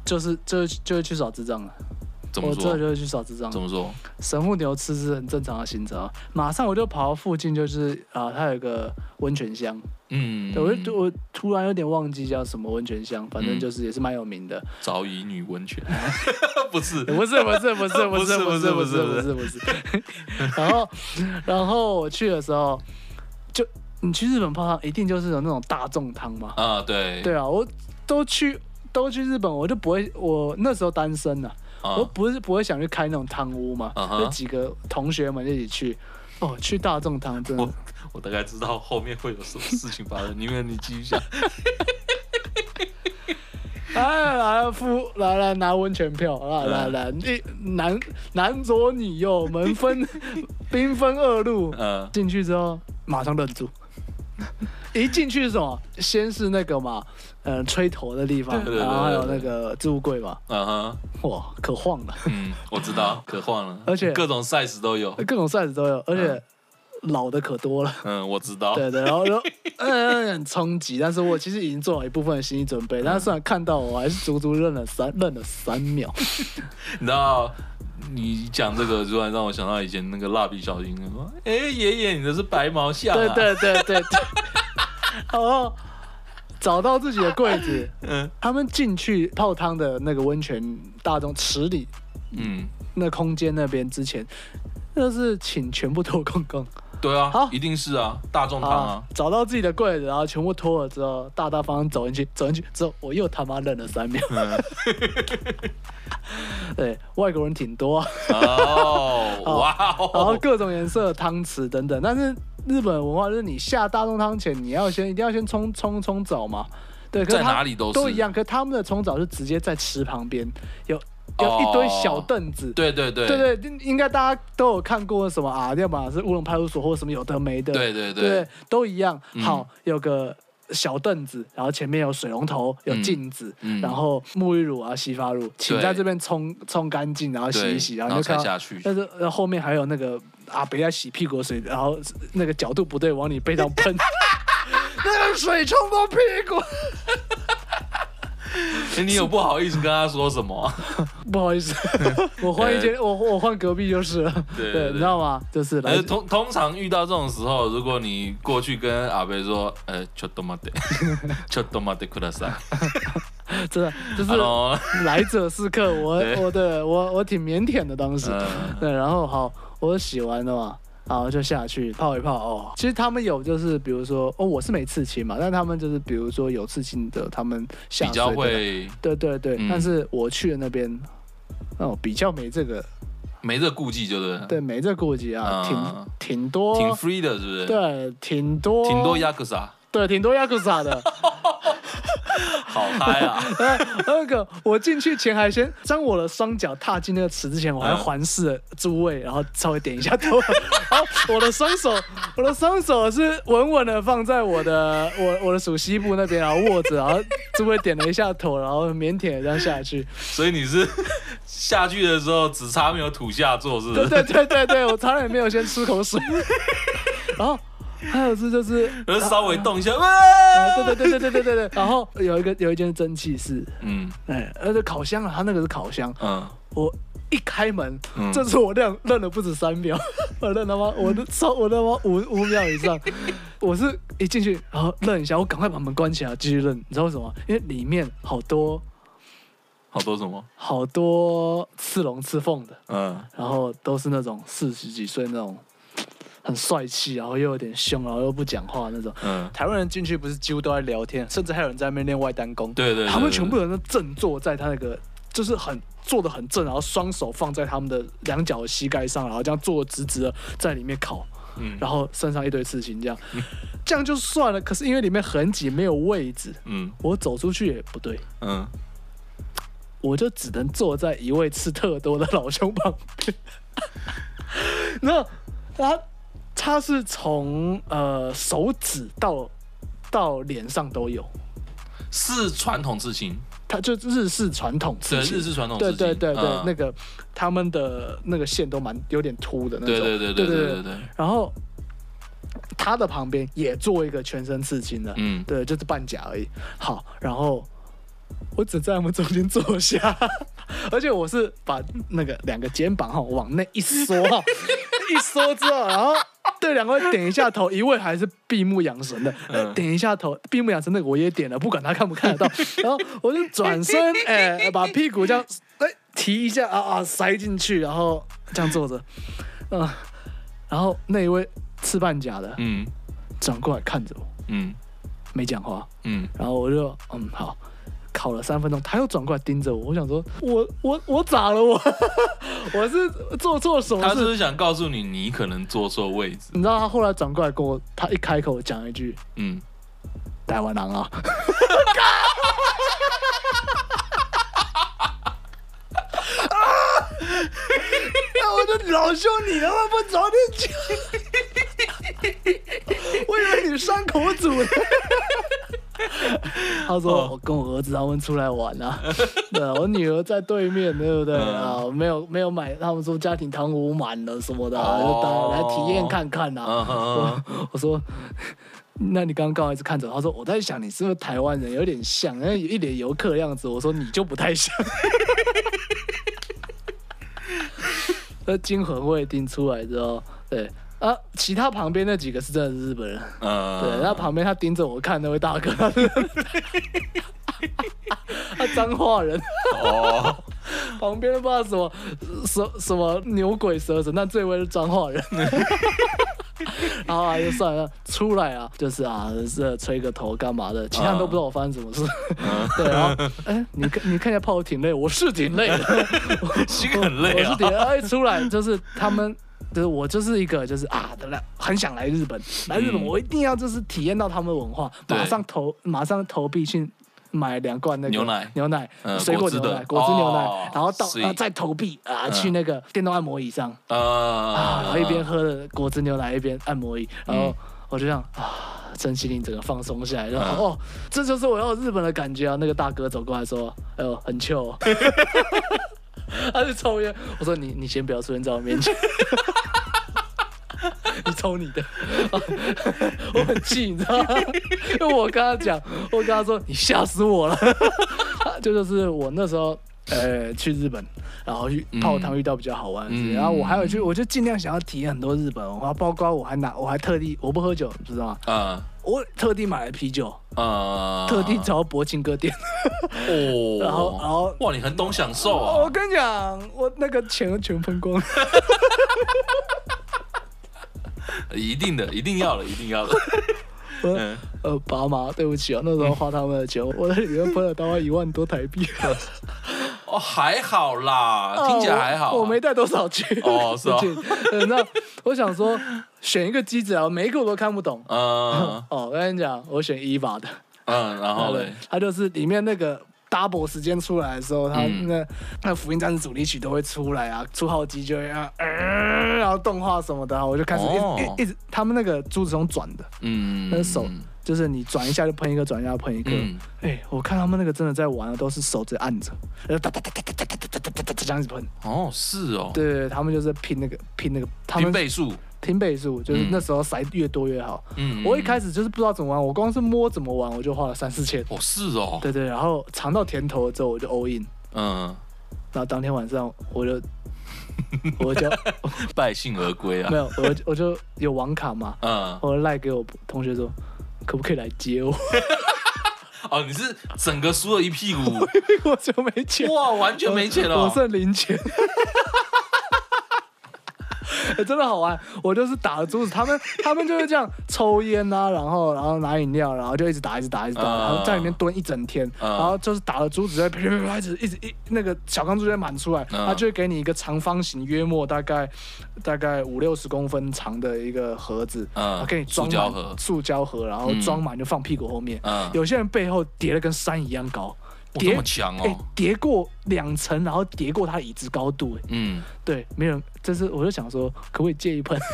就是就就会去耍智障了，
怎么
我真的
说？
就会去耍智障了
怎。么说？
神户牛吃是很正常的行程啊，马上我就跑到附近，就是啊，它有一个温泉乡，
嗯，
对我就我突然有点忘记叫什么温泉乡，反正
嗯
就是也是蛮有名的。
早乙女温泉，不是，
不是不是不是不是不
不
是
是
不
不
是
是
不是不是。 然后然后我去的时候，就你去日本泡汤一定就是有那种大众汤嘛。
啊，对，
对啊，我都去都去日本，我就不会，我那时候单身呐、
啊
我不是不会想去开那种汤屋嘛，
嗯哼
有几个同学们一起去。哦，去大众汤真的
我我大概知道后面会有什么事情发生，因为你继续讲，
哎，来了付来来拿温泉票，来来
嗯
来，一男男左女右，门 分兵分二路，
嗯
进去之后马上愣住。一进去是什么？先是那个嘛，呃，吹头的地方，
对对对
然后还有
对
那
对
个置物柜嘛，
嗯哼，
哇，可晃了，
嗯，我知道，可换了，
而且
各种 size 都有，
各种 size 都有，而
啊
且老的可多了。
嗯，我知道，
对对，然后就嗯很冲击，但是我其实已经做好一部分的心理准备，但是虽然看到我还是足足愣了三愣了三秒，
你知道你讲这个，突然让我想到以前那个蜡笔小新，说：“哎，爷爷，你的是白毛象、啊。”
对，对对对对， 然后找到自己的柜子，
嗯
他们进去泡汤的那个温泉大众池里
嗯，
那空间那边之前，那是请全部脱光光，
对啊
好，
一定是啊，大众汤啊，
找到自己的柜子，然后全部脱了之后，大大方方走进去，走进去之后，我又他妈愣了三秒。
嗯
对，外国人挺多、啊
哦，
好
哇
然后
哦，
各种颜色的汤匙等等。但是日本文化就是你下大众汤前，你要先一定要先冲冲冲澡嘛。对，可是
在
他
哪里都是
都一样，可他们的冲澡是直接在池旁边有有
哦
一堆小凳子。
对对对
对对应应该大家都有看过什么啊？要么是乌龙派出所或者什么有的没的。
对对
对
对，
都一样。
嗯
好，有个小凳子，然后前面有水龙头，有
嗯
镜子，
嗯
然后沐浴乳啊、洗发乳，请
对
在这边冲冲干净，然后洗一洗，
对
然
然
后
后
就看
才
到
下去。
但是呃后面还有那个啊，不要洗屁股的水，然后那个角度不对，往你背上 喷，那个水冲到屁股，
哎你有不好意思跟他说什么？啊
不 好 意思，我换一间，我我换隔壁就是了，
对对
对，
对
你知道吗？就是来
呃，通通常遇到这种时候，如果你过去跟阿贝说，呃，ちょっと待って， ちょっと待ってください。
真的就是
然后，
来者 是客，我
对
我的我我挺腼腆的当时，
嗯
对，然后好，我洗完了嘛。然后就下去泡一泡哦。其实他们有就是，比如说哦，我是没刺青嘛，但他们就是比如说有刺青的，他们下
比较
水的
会
对对对，
嗯
但是我去的那边，哦，比较没这个，
没这顾忌，就对了。
对，没这顾忌啊，
啊
挺挺多，
挺 free 的，是不是？，
对，挺多，
挺多，yakuza，
对，挺多亚克萨的。
好嗨啊！
呃那个，我进去前还先当我的双脚踏进那个池之前，我还
嗯
环视了诸位，然后稍微点一下头，然后我的双手，我的双手是稳稳的放在我的我我的属膝部那边，然后握着，然后诸位点了一下头，然后腼腆的这样下去。
所以你是下去的时候只差没有土下座，是不
对
是？
对对对对，我差点没有先吃口水。然后还有是就是，
然后稍微动一下，
呃，
哇
对对对对对对对对。然后有一个有一间蒸汽室，
嗯
哎，而且烤箱啊，它那个是烤箱。
嗯，
我一开门，
嗯
这次我愣愣了不止三秒， 我愣他妈我都超我他妈五五秒以上。 我是一进去，然后愣一下，我赶快把门关起来，继续愣。你知道为什么吗？因为里面好多
好多什么？
好多刺龙刺凤的。
嗯，
然后都是那种四十几岁那种很帅气，然后又有点凶，然后又不讲话那种。
嗯，
台湾人进去不是几乎都在聊天，甚至还有人在那边练外单功。
对对，对
他们全部人都正坐在他那个，就是很坐得很正，然后双手放在他们的两脚的膝盖上，然后这样坐得直直的在里面烤，
嗯
然后身上一堆刺青，这样，这样就算了。可是因为里面很挤，没有位置，
嗯
我走出去也不对。
嗯，
我就只能坐在一位吃特多的老兄旁边。那他他是从呃手指到到脸上都有，
是传统事情，
他就日式传统刺
对
青，
日式传统
对
事情，
对对对，
嗯
那个他们的那个线都蛮有点凸的那种，
对对对对对对对，
然后他的旁边也做一个全身刺青的，
嗯，
对，就是半甲而已。好，然后我只在他们中间坐下， 而且我是把那个两个肩膀哈往内一缩哈， 一缩之后，然后对两位点一下头，一位还是闭目养神的，呃
嗯
点一下头，闭目养神那个我也点了，不管他看不看得到，然后我就转身，哎、把屁股这样哎提一下啊啊塞进去，然后这样坐着，嗯、然后那一位吃半甲的
嗯
转过来看着我，
嗯
没讲话。
嗯，
然后我就嗯好，烤了三分钟，他又转过来盯着我，我想说，我我我咋了我？ 我是做错什么
他是不
事？
是想告诉你你可能坐错位置？
你知道他后来转过来跟我，他一开口讲一句
嗯，
“台湾 狼啊
那哎我就老兄，你他妈不早点 讲？
我以为你山口组的。”他说：“
哦
我跟我儿子他们出来玩 啊，对我女儿在对面，对不对
嗯
啊？没有没有买，他们说家庭堂屋满了什么的啊，
哦
就当然来体验看看啊。
嗯嗯
我我说，那你刚刚刚一直看着我，他说我在想你是不是台湾人，有点像，因为一脸游客的样子。我说你就不太像， 那惊魂未定出来之后，对啊，其他旁边那几个是真的是日本人，
嗯，
对，那旁边他盯着我看那位大哥，他脏话人，
哦，
旁边都不知道什么什什么牛鬼蛇神，但这位是彰化人。然后啊，就算了，出来啊，就是啊，是吹个头干嘛的，其他人都不知道我发生什么事。对，然后哎，你看你看起来泡我挺累，我是挺累的，
心很累
我
啊
是，挺累。哎，出来就是他们。就是我就是一个就是啊，来很想来日本，来日本
嗯
我一定要就是体验到他们文化，
对
马上投马上投币去买两罐那个
牛奶
牛奶、
嗯
水果
果汁
牛
的
奶、果汁牛奶，
哦
然后到、
sweet
呃、再投币啊、
嗯
去那个电动按摩椅上啊，然
啊
后一边喝着果汁牛奶一边按摩椅，然后我就这样啊，身心灵整个放松下来，然后、
嗯
哦，这就是我要日本的感觉啊！那个大哥走过来说：“哎呦，很臭、哦。”他就抽烟，我说你你先不要出现在我面前， 你抽你的，我很气，你知道吗？因为我跟他讲，我跟他说你吓死我了，这就是我那时候呃去日本，然后遇泡汤遇到比较好玩的事情，
嗯
然后我还有去，我就尽量想要体验很多日本文化，包括我还拿我还特地我不喝酒，知道吗？
啊
我特地买了啤酒，
啊，
特地找博庆哥店，
哦，
然后然后哦
哇，你很懂享受
我
啊，
跟你讲，我那个钱全喷光了。
一定的，一定要的，一定要的， 嗯，
呃，爸妈，对不起啊，那时候花他们的钱，我在里面喷了大概一万多台币，
哦，还好啦， 听起来还好啊，
哦我。我没带多少去，
哦 是哦
我记得那我想说，选一个机子啊，每一个我都看不懂。
嗯
哦，我跟你讲，我选 EVA 的，
嗯，然 后嘞，
它就是里面那个 double 时间出来的时候，它
嗯
那、那福音战士主题曲都会出来啊，出号机就会啊、呃，然后动画什么的啊，我就开始一直、
哦
一一直，他们那个珠子用转的，
嗯，
那手就是你转一下就喷一个，转一下就喷一个。哎、
嗯
我看他们那个真的在玩，都是手指按着，然后哒哒哒哒哒哒哒哒哒哒哒这样子喷。
哦，是哦，
对对对，他们就是拼那个拼那个，他
拼
们
倍数，
拼倍数，就是
嗯
那时候塞越多越好。
嗯，
我一开
始，
始就是不知道怎么玩，我光是摸怎么玩我就花了三四千。
哦，是哦，
对对，然后尝到甜头了之后我就 all in，
嗯，
然后当天晚上我就 我就
败兴而归啊
没，有我就我就有网卡嘛，
嗯，
我赖给我同学说，可不可以来接我？
哦，你是整个输了一屁股，
我就没钱，
哇，完全没钱了，
我剩 零钱。欸真的好玩，我就是打了珠子，他们他们就是这样抽烟啊，然后然后拿饮料，然后就一直打，一直打，一直打，
嗯
然后在里面蹲一整天，
嗯
然后就是打了珠子，就会啪啪啪啪一直一直一那个小钢珠就会满出来，
嗯
它就会给你一个长方形，约莫大概大概五六十公分长的一个盒子，
嗯
然后给你装
塑胶盒
满塑胶盒，然后
嗯
装满就放屁股后面，
嗯，
有些人背后叠的跟山一样 高，
我
叠
这么强
哎、
哦，
叠过两层，然后叠过他椅子高度、哎，
嗯，
对，没人，这是我就想说，可不可以借一盆？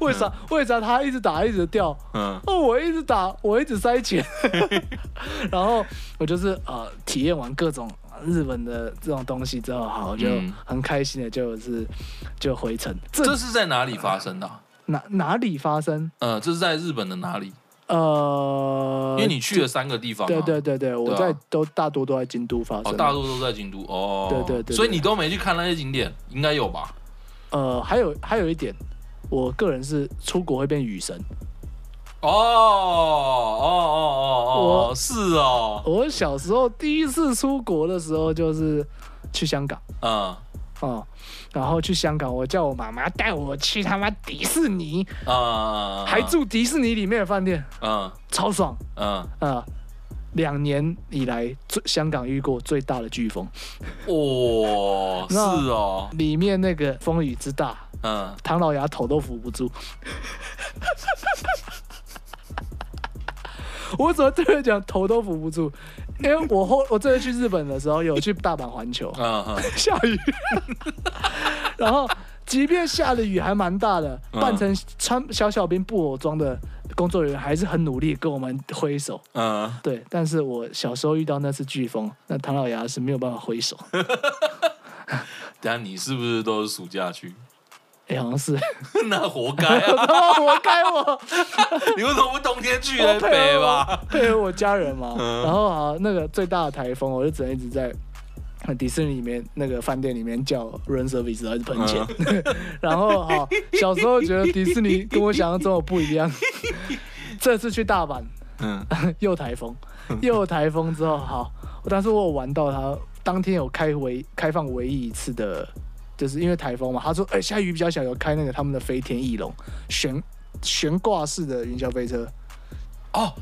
为啥？为啥他一直打，一直掉？
嗯，
哦，我一直打，我一直塞钱， 然后我就是呃，体验完各种呃日本的这种东西之后，好，我就
嗯
很开心的，就是就回程。这
这是在哪里发生的啊？
哪哪里发生？
呃，这是在日本的哪里？
呃
因，为你去了三个地方、啊，
对对对对，我
对啊
在、都大多都在京都发生的、
哦，大多都在京都哦，
对对对对
所以你都没去看那些景点，应该有吧？
呃，还有还有一点，我个人是出国会变雨神。
哦哦哦哦哦，
我
是哦，
我小时候第一次出国的时候就是去香港
嗯
啊、然后去香港，我叫我妈妈带我去他妈迪士尼，
嗯，
还住迪士尼里面的饭店，
嗯
超爽
嗯
啊！两、年以来，最香港遇过最大的飓风，
嗯哦，是
那
哦，
里面那个风雨之大，
嗯，，
唐老鸭头都扶不住。 我怎么这么讲头都扶不住？因为我后我这次去日本的时候有去大阪环球
嗯嗯
下雨， 然后即便下了雨还蛮大的，
嗯
扮成穿小小兵布偶装的工作人员还是很努力地跟我们挥手。
嗯，
对，但是我小时候遇到那次飓风，那唐老鸭是没有办法挥手。
等下你是不是都是暑假去？
哎、好像是，
那活该啊！
他妈活该我。
你为什么不冬天去
我
呢？
配
北
合我
吧？
配合我家人嘛。
嗯
然后啊，那个最大的台风，我就只能一直在迪士尼里面那个饭店里面叫 room service 还是喷钱，然后好，小时候觉得迪士尼跟我想象中的不一样，这次去大阪
嗯，
又台风，又有台风之后好，但是我有玩到它当天有开唯开放唯一一次的，就是因为台风嘛，他说哎、下雨比较小，有开那个他们的飞天翼龙悬悬挂式的云霄飞车，
哦，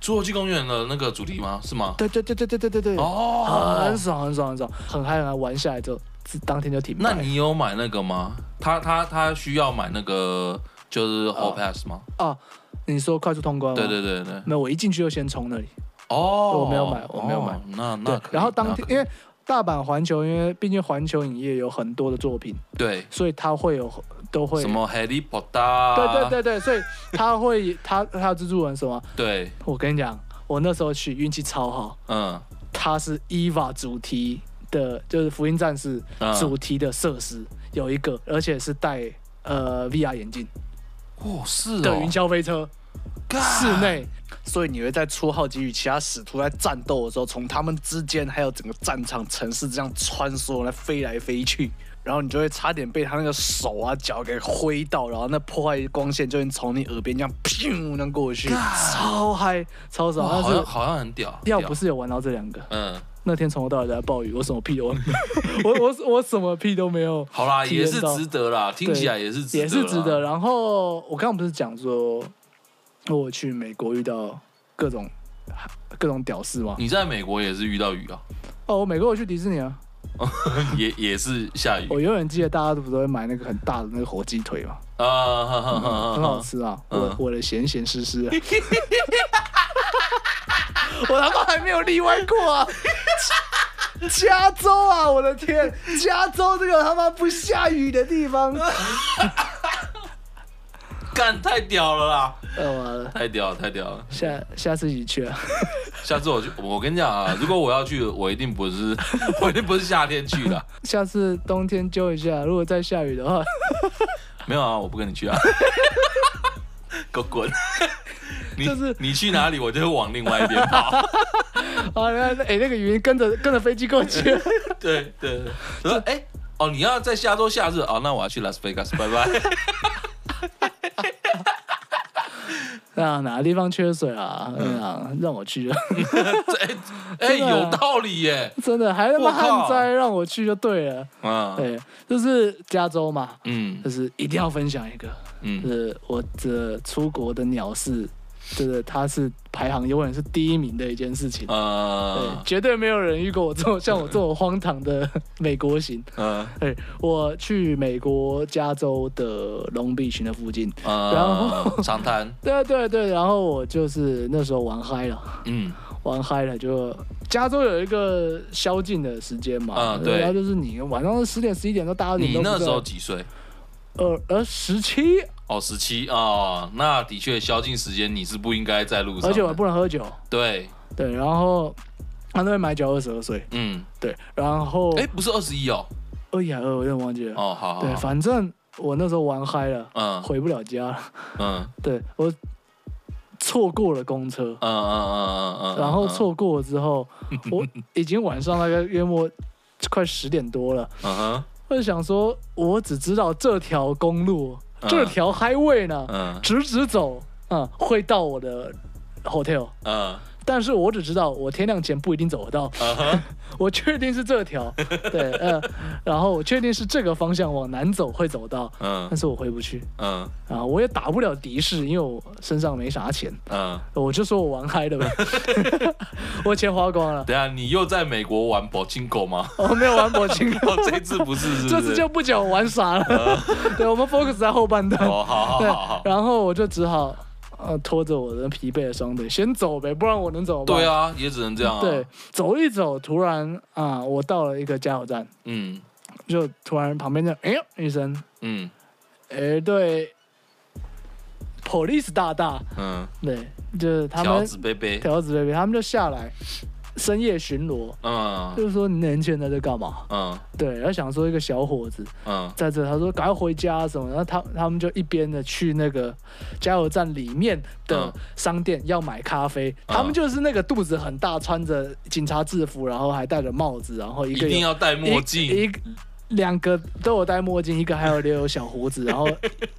侏罗纪公园的那个主题吗？是吗？
对对对对对对对对，啊很
哦，
爽很爽很爽，很嗨很嗨，玩下来之后自当天就停摆
那
了。
你有买那个吗？他他他需要买那个就是
呃
Hall Pass 吗？
哦，你说快速通关吗？
对对对对，
呃没有，我一进去就先冲那里。
哦，
我没有买我没有买
哦那那
对
可，以
然后当
那
天
可以
因为大阪环球，因为毕竟环球影业有很多的作品，
对
所以它会有都会
什。么 Harry Potter，啊
对对对对，所以它会 它它有蜘蛛人什么？
对，
我跟你讲，我那时候去运气超好，
嗯
它是 EVA 主题的，就是福音战士
嗯，
主题的设施有一个，而且是戴呃 VR 眼镜
哦是
的
哦，
云霄飞车，
干
室内
所以你会在初号机与其他使徒在战斗的时候，从他们之间还有整个战场城市这样穿梭来飞来飞去，然后你就会差点被他那个手啊脚给挥到，然后那破坏光线就会从你耳边这样砰那样过去。
超嗨超爽，
哇
但
好啊
是
像好像很屌，
要
屌
不是有玩到这两个，
嗯。
那天从头到尾都在暴雨，我什么屁都我我我什么屁都没有，
好啦，
体
也
验
是
到
值得啦，听起来也是值得啊
也
啦，
是值得。然后我刚刚不是讲说我去美国遇到各种各种屌丝吗？
你在美国也是遇到雨啊，
哦，我美国我去迪士尼啊，
也也是下雨
我永远记得大家都不都会买那个很大的那个火鸡腿嘛，
啊，哈哈哈
很好
哈
吃啊，
嗯
我我的咸咸 湿湿啊。我他妈还没有例外过啊！ 加州啊，我的天，加州这个他妈不下雨的 地方，
干太屌了啦，
呃，完了，
太屌了，太屌了。
下下次一起去啊。
下次我去，我跟你讲啊，如果我要去，我一定不是， 我一定不是夏天去的。
下次冬天揪一下，如果再下雨的话，
没有啊，我不跟你去啊， 给我滚！ 你
就是
你去哪里，我就会往另外一边跑。
啊，那那哎、那个云跟着跟着飞机 过去，
对对，对我说哎、哦，你要在下周夏日哦，那我要去拉斯维加斯，拜拜。
啊，哪个地方缺水
嗯
啊？啊，让我去啊，
哎哎、
真的啊
有道理耶，
真的还他妈
我靠
旱灾，让我去就对了。
嗯
对，就是加州嘛，
嗯
就是一定要分享一个，就
嗯，
是我这出国的鸟事，就是它是排行永远是第一名的一件事情。对，
呃
绝对没有人遇过我这种像我这
嗯
种荒唐的 美国行。
呃
对，我去美国加州的 Long Beach 那附近，然
呃，长滩，
对啊对对，然后我就是那时候玩嗨了，
嗯
玩嗨了就加州有一个宵禁的时间嘛，
嗯对
然后就是你晚上十点十一点都大家
你
都不
那
知
时
道
候几岁？
呃呃十七
哦，十七哦，那的确宵禁时间你是不应该在路上的，
而且我还不能喝酒，
对，
对，然后他那边买酒二十二岁，
嗯，
对，然后
哎、不是二十一哦，
二一还二，我有点忘记了，
哦，好好，
对，
好
反正我那时候玩嗨了，
嗯
回不了家了，
嗯
对我错过了公车
嗯嗯，嗯嗯嗯，
然后
嗯，
错过了 之后，我已经晚上大概约莫快十点多了，
嗯哼，
我就想说，我只知道这条公路，
嗯
这条 highway 呢，
嗯
直直走，嗯，会到我的 hotel。
嗯
但是我只知道我天亮前不一定走得到，
嗯哼，
我确定是 这条，对，呃，然后我确定是这个方向往南走会走到，但
嗯
是我回不去
嗯
啊，我也打不了的士，因为我身上没啥钱，
嗯，
我就说我玩嗨了呗， 我钱花光了，
等一下你又在美国玩保金狗吗？
我没有玩铂金，
哦，这次不是，是不是
这次就不讲我玩傻了， 对，我们 focus 在后半段，
哦，好好
对
好好，，
然后我就只好呃拖着我的疲惫的双腿先走呗，不然我能怎么办？
对啊，也只能这样啊，
对，走一走，突然啊、我到了一个加油站，
嗯
就突然旁边就哎呦一声，
嗯
哎对，police 大大，
嗯，
对，就是他
条
们
子贝贝，
条子 baby，他们就下来，深夜巡逻，
嗯
就是说你年轻人在这干嘛？
嗯
对，然后想说一个小伙子
嗯
在这，他说赶快回家什么，然后他他们就一边的去那个加油站里面的
嗯
商店要买咖啡，他们就是那个肚子很大，穿着警察制服，然后还戴着帽子，然后一
一
个有
定要戴墨镜，
一一两个都有戴墨镜，一个还有留有小胡子，然 后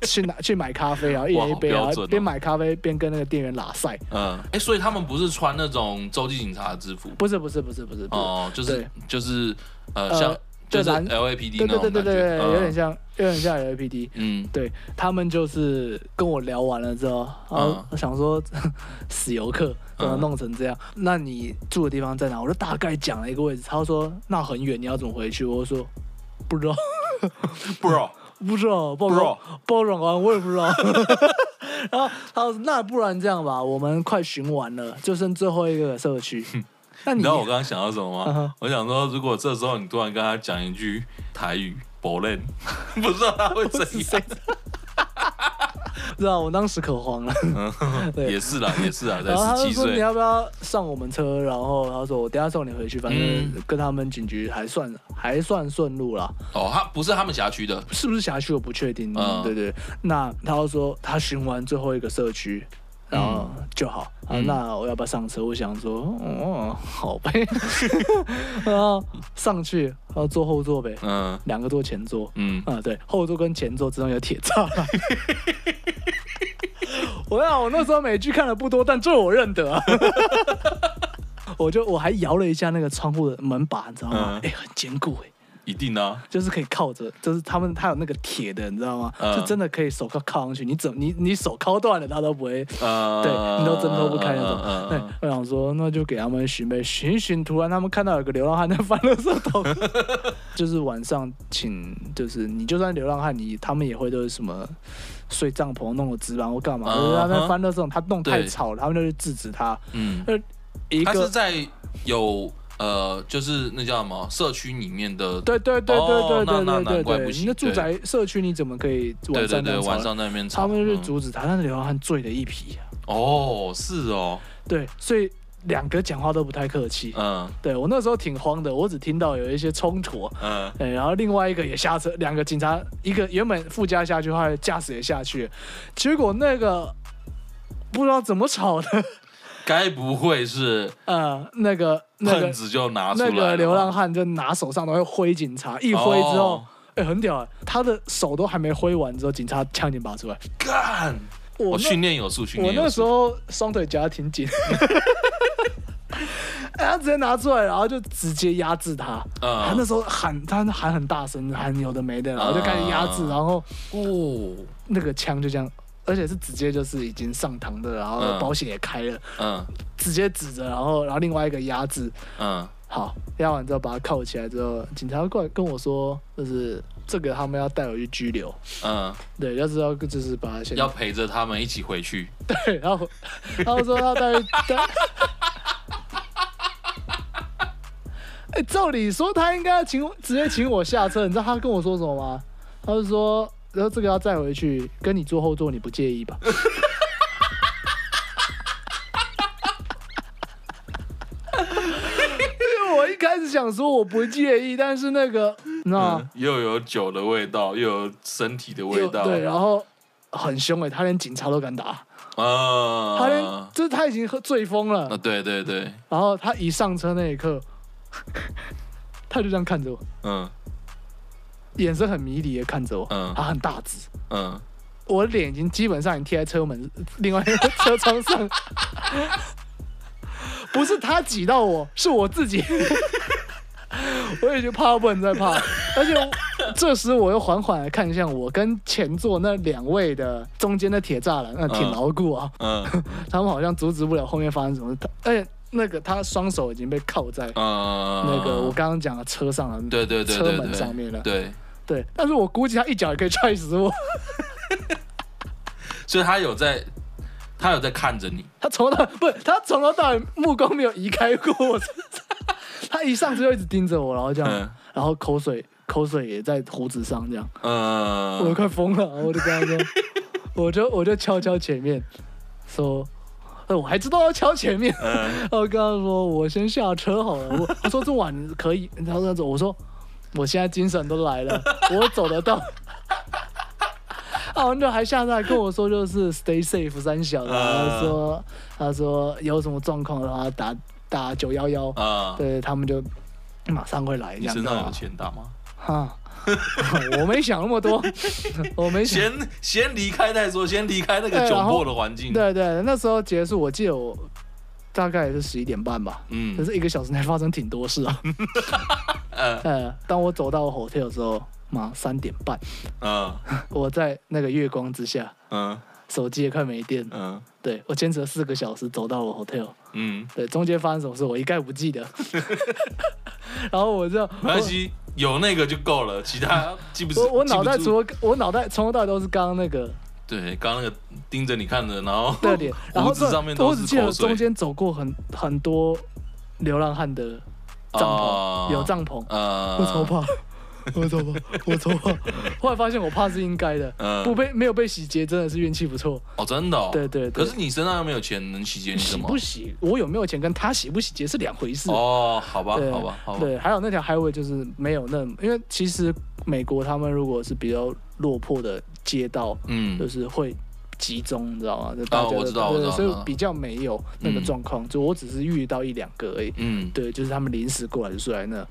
去拿去买咖啡，然后一人一杯，
哇好标
然后
准哦
边买咖啡边跟那个店员拉塞。
嗯，哎，所以他们不是穿那种洲际警察的制服
不是不是不是不是不是，
哦，就是
对
就是呃，
呃
像就
对
是
蓝
LAPD
对
那
对
种
对对
感
对对，
觉，
有点像有点像 LPD。
嗯，
对他们就是跟我聊完了之后，然后
嗯
我想说 死游客怎么弄成这样？那你住的地方在哪？我就大概讲了一个位置，他说那很远，你要怎么回去？我说不知道，
嗯，Bro，
不知道，不知道，包容啊，我也不知道。 然后他说：“那不然这样吧，我们快巡完了，就剩最后一个社区。那
你
你
知道我刚刚想到什么
嗯哼
吗？我想说，如果这时候你突然跟他讲一句台语 b o l e n 不知道他会怎样。
知道，我当时可慌了。对
也是啦，也是啦，才
然后他
十
就
七
说：你
岁，
要不要上我们车？然后他说：我等一下送你回去，反正
嗯
跟他们警局还算还算顺路啦。
哦，他不是他们辖区的，
是不是辖区我不确定。
嗯
对对。那他就说他巡完最后一个社区。”然后就好、
嗯
啊，那我要不要上车？我想说，哦，好呗， 然后上去，然后坐后座呗，
嗯
两个坐前座，
嗯，
啊，对，后座跟前座之中有铁栅 栏。我想我那时候美剧看的不多，但这我认得、啊。 我就我还摇了一下那个窗户的门把，你知道吗？哎、
嗯
很坚固哎、
一定啊，
就是可以靠着，就是他们他有那个铁的，你知道吗？
嗯
就真的可以手铐铐上去，你怎你你手铐断了，他都不会。
呃，
对你都挣脱不开那种。
嗯
对，，我想说那就给他们巡呗，巡一巡，突然他们看到有个流浪汉在翻垃圾 桶， 就是晚上请，就是你就算流浪汉，你他们也会都是什么睡帐篷弄个纸板或干嘛，
嗯
就是他在
哼
翻垃圾桶，他弄太
对
吵了，他们就去制止他。
嗯，
呃，一
他是
个。
在有呃，就是那叫什么社区里面的，
对对对
哦那
对对对
那
对对
难怪
对，
不
你
行
那住
对
宅社区你怎么可以晚
对对
上
对，
这
晚
样吵？
上在那边吵，
他们就
嗯
去阻止他，但是流浪汉醉得一匹啊。
哦，是哦，
对，所以两个讲话都不太客气。
嗯
对我那时候挺慌的，我只听到有一些冲突，
嗯
对，然后另外一个也下车，两个警察，一个原本副驾下去，后来驾驶也下去，结果那个不知道怎么吵的，
该不会是
呃，那个那
喷
个
子就拿出来
那
了吧
个流浪汉就拿手上东西挥警察，一挥之后
哦，
哎、很屌、啊，他的手都还没挥完之后，警察枪已经拔出来，
干，
我
我
那
训练有素，训
我
练有
那时
素，
候双腿夹得挺 紧。哎他直接拿出来，然后就直接压制他。
嗯
他那时候喊，他喊很大声，喊有的没的，然后就开始压制，
嗯
然后
哦，
那个枪就这样，而且是直接就是已经上膛的，然后
嗯
保险也开了，
嗯
直接指着，然后然后另外一个压制，
嗯
好，压完之后把他铐起来之后，警察过来跟我说，就是这个他们要带我去拘留，
嗯，
对，要知道就是把他先
要陪着他们一起回去，
对，然后然后说要带带。哎、照理说他应该要请我直接请我下车，你知道他跟我说什么吗？他就说，然后这个要载回去，跟你坐后座，你不介意吧？ 因为我一开始想说我不介意，但是那个，那、
嗯，又有酒的味道，又有身体的味
又
道，
对，然后很凶哎、他连警察都敢打，
啊，
他连就是他已经喝醉疯了，
啊，对对对，
然后他一上车那一刻， 他就这样看着我，
嗯
眼神很迷离的看着我，
嗯
他很大只，
嗯，
我的脸已经基本上已经贴在车门 另外一个车窗上， 不是他挤到我，是我自己， 我已经怕到不能再怕了，而且我这时我又缓缓的看向我跟前座那两位的中间的铁栅栏，那、挺
嗯
牢固啊，
嗯
他们好像阻止不了后面发生什么事，他而且那个他双手已经被铐在。
嗯，
那个我刚刚讲的车上的，
对对对对对，
车门上面了
对，
对，但是我估计他一脚也可以踹死我，
所以他有在，他有在看着你，
他从头到不是他从头到尾目光没有移开过我身上，他一上车就一直盯着我，然后这样，
嗯
然后口水口水也在胡子上这样，我
嗯
快疯了，我就跟他说，我就我就悄悄前面说，哎，我还知道要敲前面。
嗯，
我跟他说我先下车好了。我他说这晚可以，他说走。我说我现在精神都来了，我走得到。啊，完之后还下车来跟我说就是 stay safe 三小的，
啊
他说他说有什么状况的话打打九幺幺，
啊，
对他们就马上会来这
你
样
身
子
上有
啊。
钱打吗？
哈，我没想那么多，我没想。
先先离开再说，先离开那个
对然
窘
后
迫的环境。
对对，那时候结束，我记得我大概也是十一点半吧，
嗯
可，是一个小时内发生挺多事啊。
呃
呃，当我走到 hotel 的时候，妈三点半，
嗯
我在那个月光之下，
嗯
手机也快没电了。
嗯
对我坚持了四个小时走到了 hotel，
嗯，
对，中间发生什么事我一概不记 得。然后我就
没关系，有那个就够了，其他记不住
我我脑袋
记不住
除了我脑袋从头到尾都是刚刚那 个
对，刚刚那个盯着你看的，然后
的脸，然后
胡子
这
上面
我
都
只
是
记得
口水
中间走过很很多流浪汉的帐
哦
篷，有帐篷，
呃，
我超怕， 我超怕，我超怕。后来发现我怕是应该的，
嗯
不被没有被洗劫真的是运气不错。
哦，真的哦，
对对对
可是你身上又没有钱，能洗劫你
洗
什么
不？洗，我有没有钱跟他洗不洗劫是两回事。
哦，好吧，
对
好吧，好吧，
对，还有那条 highway 就是没有那么，因为其实美国他们如果是比较落魄的街道，
嗯
就，是会集中，你知道吗？就大家
哦
都、
我知道我知
对
道
所
我
以
知道
比较没有那个
嗯
状况，就我只是遇到一两个而已。
嗯，
对，就是他们临时过来就睡在那，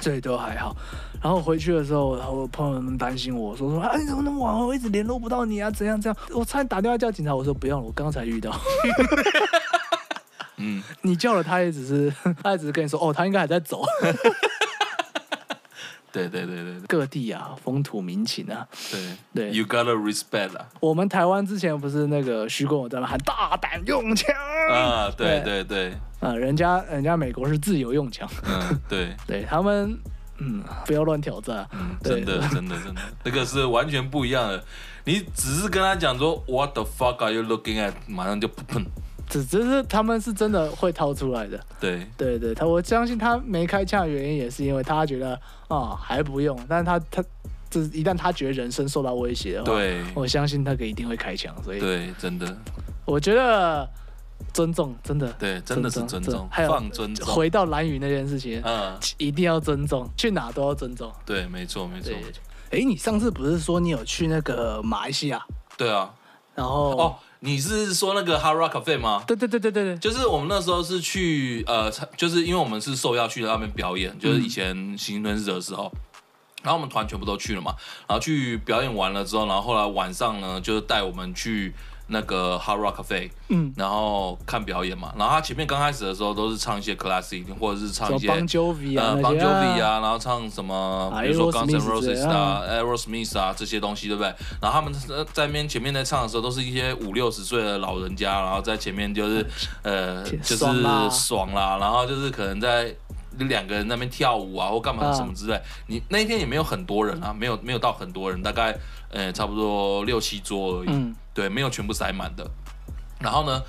所以都还好。然后回去的时候，然后我朋友们担心我说说啊，你怎么那么晚哦？我一直联络不到你啊，怎样怎样？我差点打电话叫警察，我说不用了，我刚才遇到。
嗯，
你叫了他也只是， 他也只是跟你说哦，他应该还在走。
对对对对对
各地啊，风土民情啊，
对
对
，You gotta respect 啊，
我们台湾之前不是那个徐公有在那喊大胆用枪啊、
啊，对对对，
人家人家美国是自由用枪，
嗯，对。
对他们嗯不要乱挑战啊、
嗯，真
对
的，真的，真的，那个是完全不一样的。你只是跟他讲说 “What the fuck are you looking at”，马上就砰砰。
只只是他们是真的会掏出来的。
对，
对对，他我相信他没开枪的原因也是因为他觉得啊、还不用，但是他他这一旦他觉得人生受到威胁的话，，
对，
我相信他个一定会开枪，所以
对，真的，
我觉得尊重真的
对，真的是尊重，
还有
放尊重。
回到蓝宇那件事情，
嗯，
一定要尊重，去哪都要尊重。
对，没错，没错，
对
没错。，
哎，你上次不是说你有去那个马来西亚，
对啊，
然后
哦，你是说那个 Hara Cafe 吗？
对对对对对对，
就是我们那时候是去呃，就是因为我们是受邀去那边表演，就是以前行吞者的时候。然后我们团全部都去了嘛，然后去表演完了之后，然后后来晚上呢，就是带我们去那个 Hard Rock Cafe，
嗯，
然后看表演嘛。然后他前面刚开始的时候都是唱一些 classic，或者是
什
唱
么
一些
邦 Jovi 啊
呃，
那
邦
些
o v i 啊，然后唱什么，比如说 Guns N'
Aerosmith 之类
Roses 啊、Aerosmith 啊这些东西，对不对？然后他们呃在面前面在唱的时候，都是一些五六十岁的老人家，然后在前面就是
哎
呃，就是
爽啦
爽啦，然后就是可能在。两个人在那边跳舞啊，或干嘛
啊
什么之类。你那一天也没有很多人啊，没有没有到很多人，大概呃差不多六七桌而已。
嗯
对，没有全部塞满的。然后呢，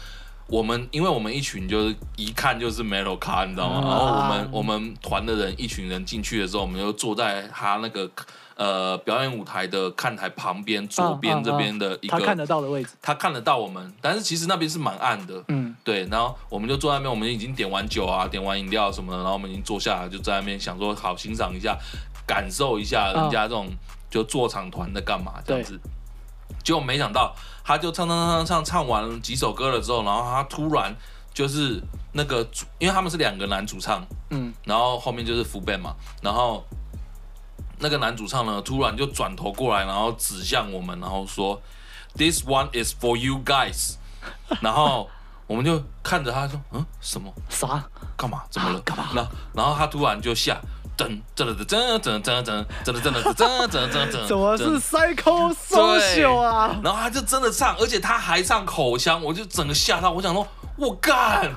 我们因为我们一群就是一看就是 metal 咖，你知道吗？
啊
然后我们我们团的人一群人进去的时候，我们就坐在他那个呃表演舞台的看台旁边左边这边的一个，
嗯他看得到的位置，
他看得到我们，但是其实那边是蛮暗的。
嗯，
对，然后我们就坐在那边，我们已经点完酒啊，点完饮料什么的，然后我们已经坐下来，就在那边想说好欣赏一下，感受一下人家这种、就做场团在干嘛这样子。结果没想到，他就唱唱唱唱唱唱完几首歌了之后，然后他突然就是那个主，因为他们是两个男主唱，
嗯，
然后后面就是福贝嘛，然后那个男主唱呢，突然就转头过来，然后指向我们，然后说：“This one is for you guys。”然 后我们就看着他说：“嗯，什么？
啥？
干嘛？怎么了？
啊干嘛
然后然后他突然就下。噔噔噔噔噔噔噔噔噔噔噔噔噔噔噔，
怎么是 psycho social 啊？
然后他就真的唱，而且他还唱口腔，我就整个吓到，我想说，我干，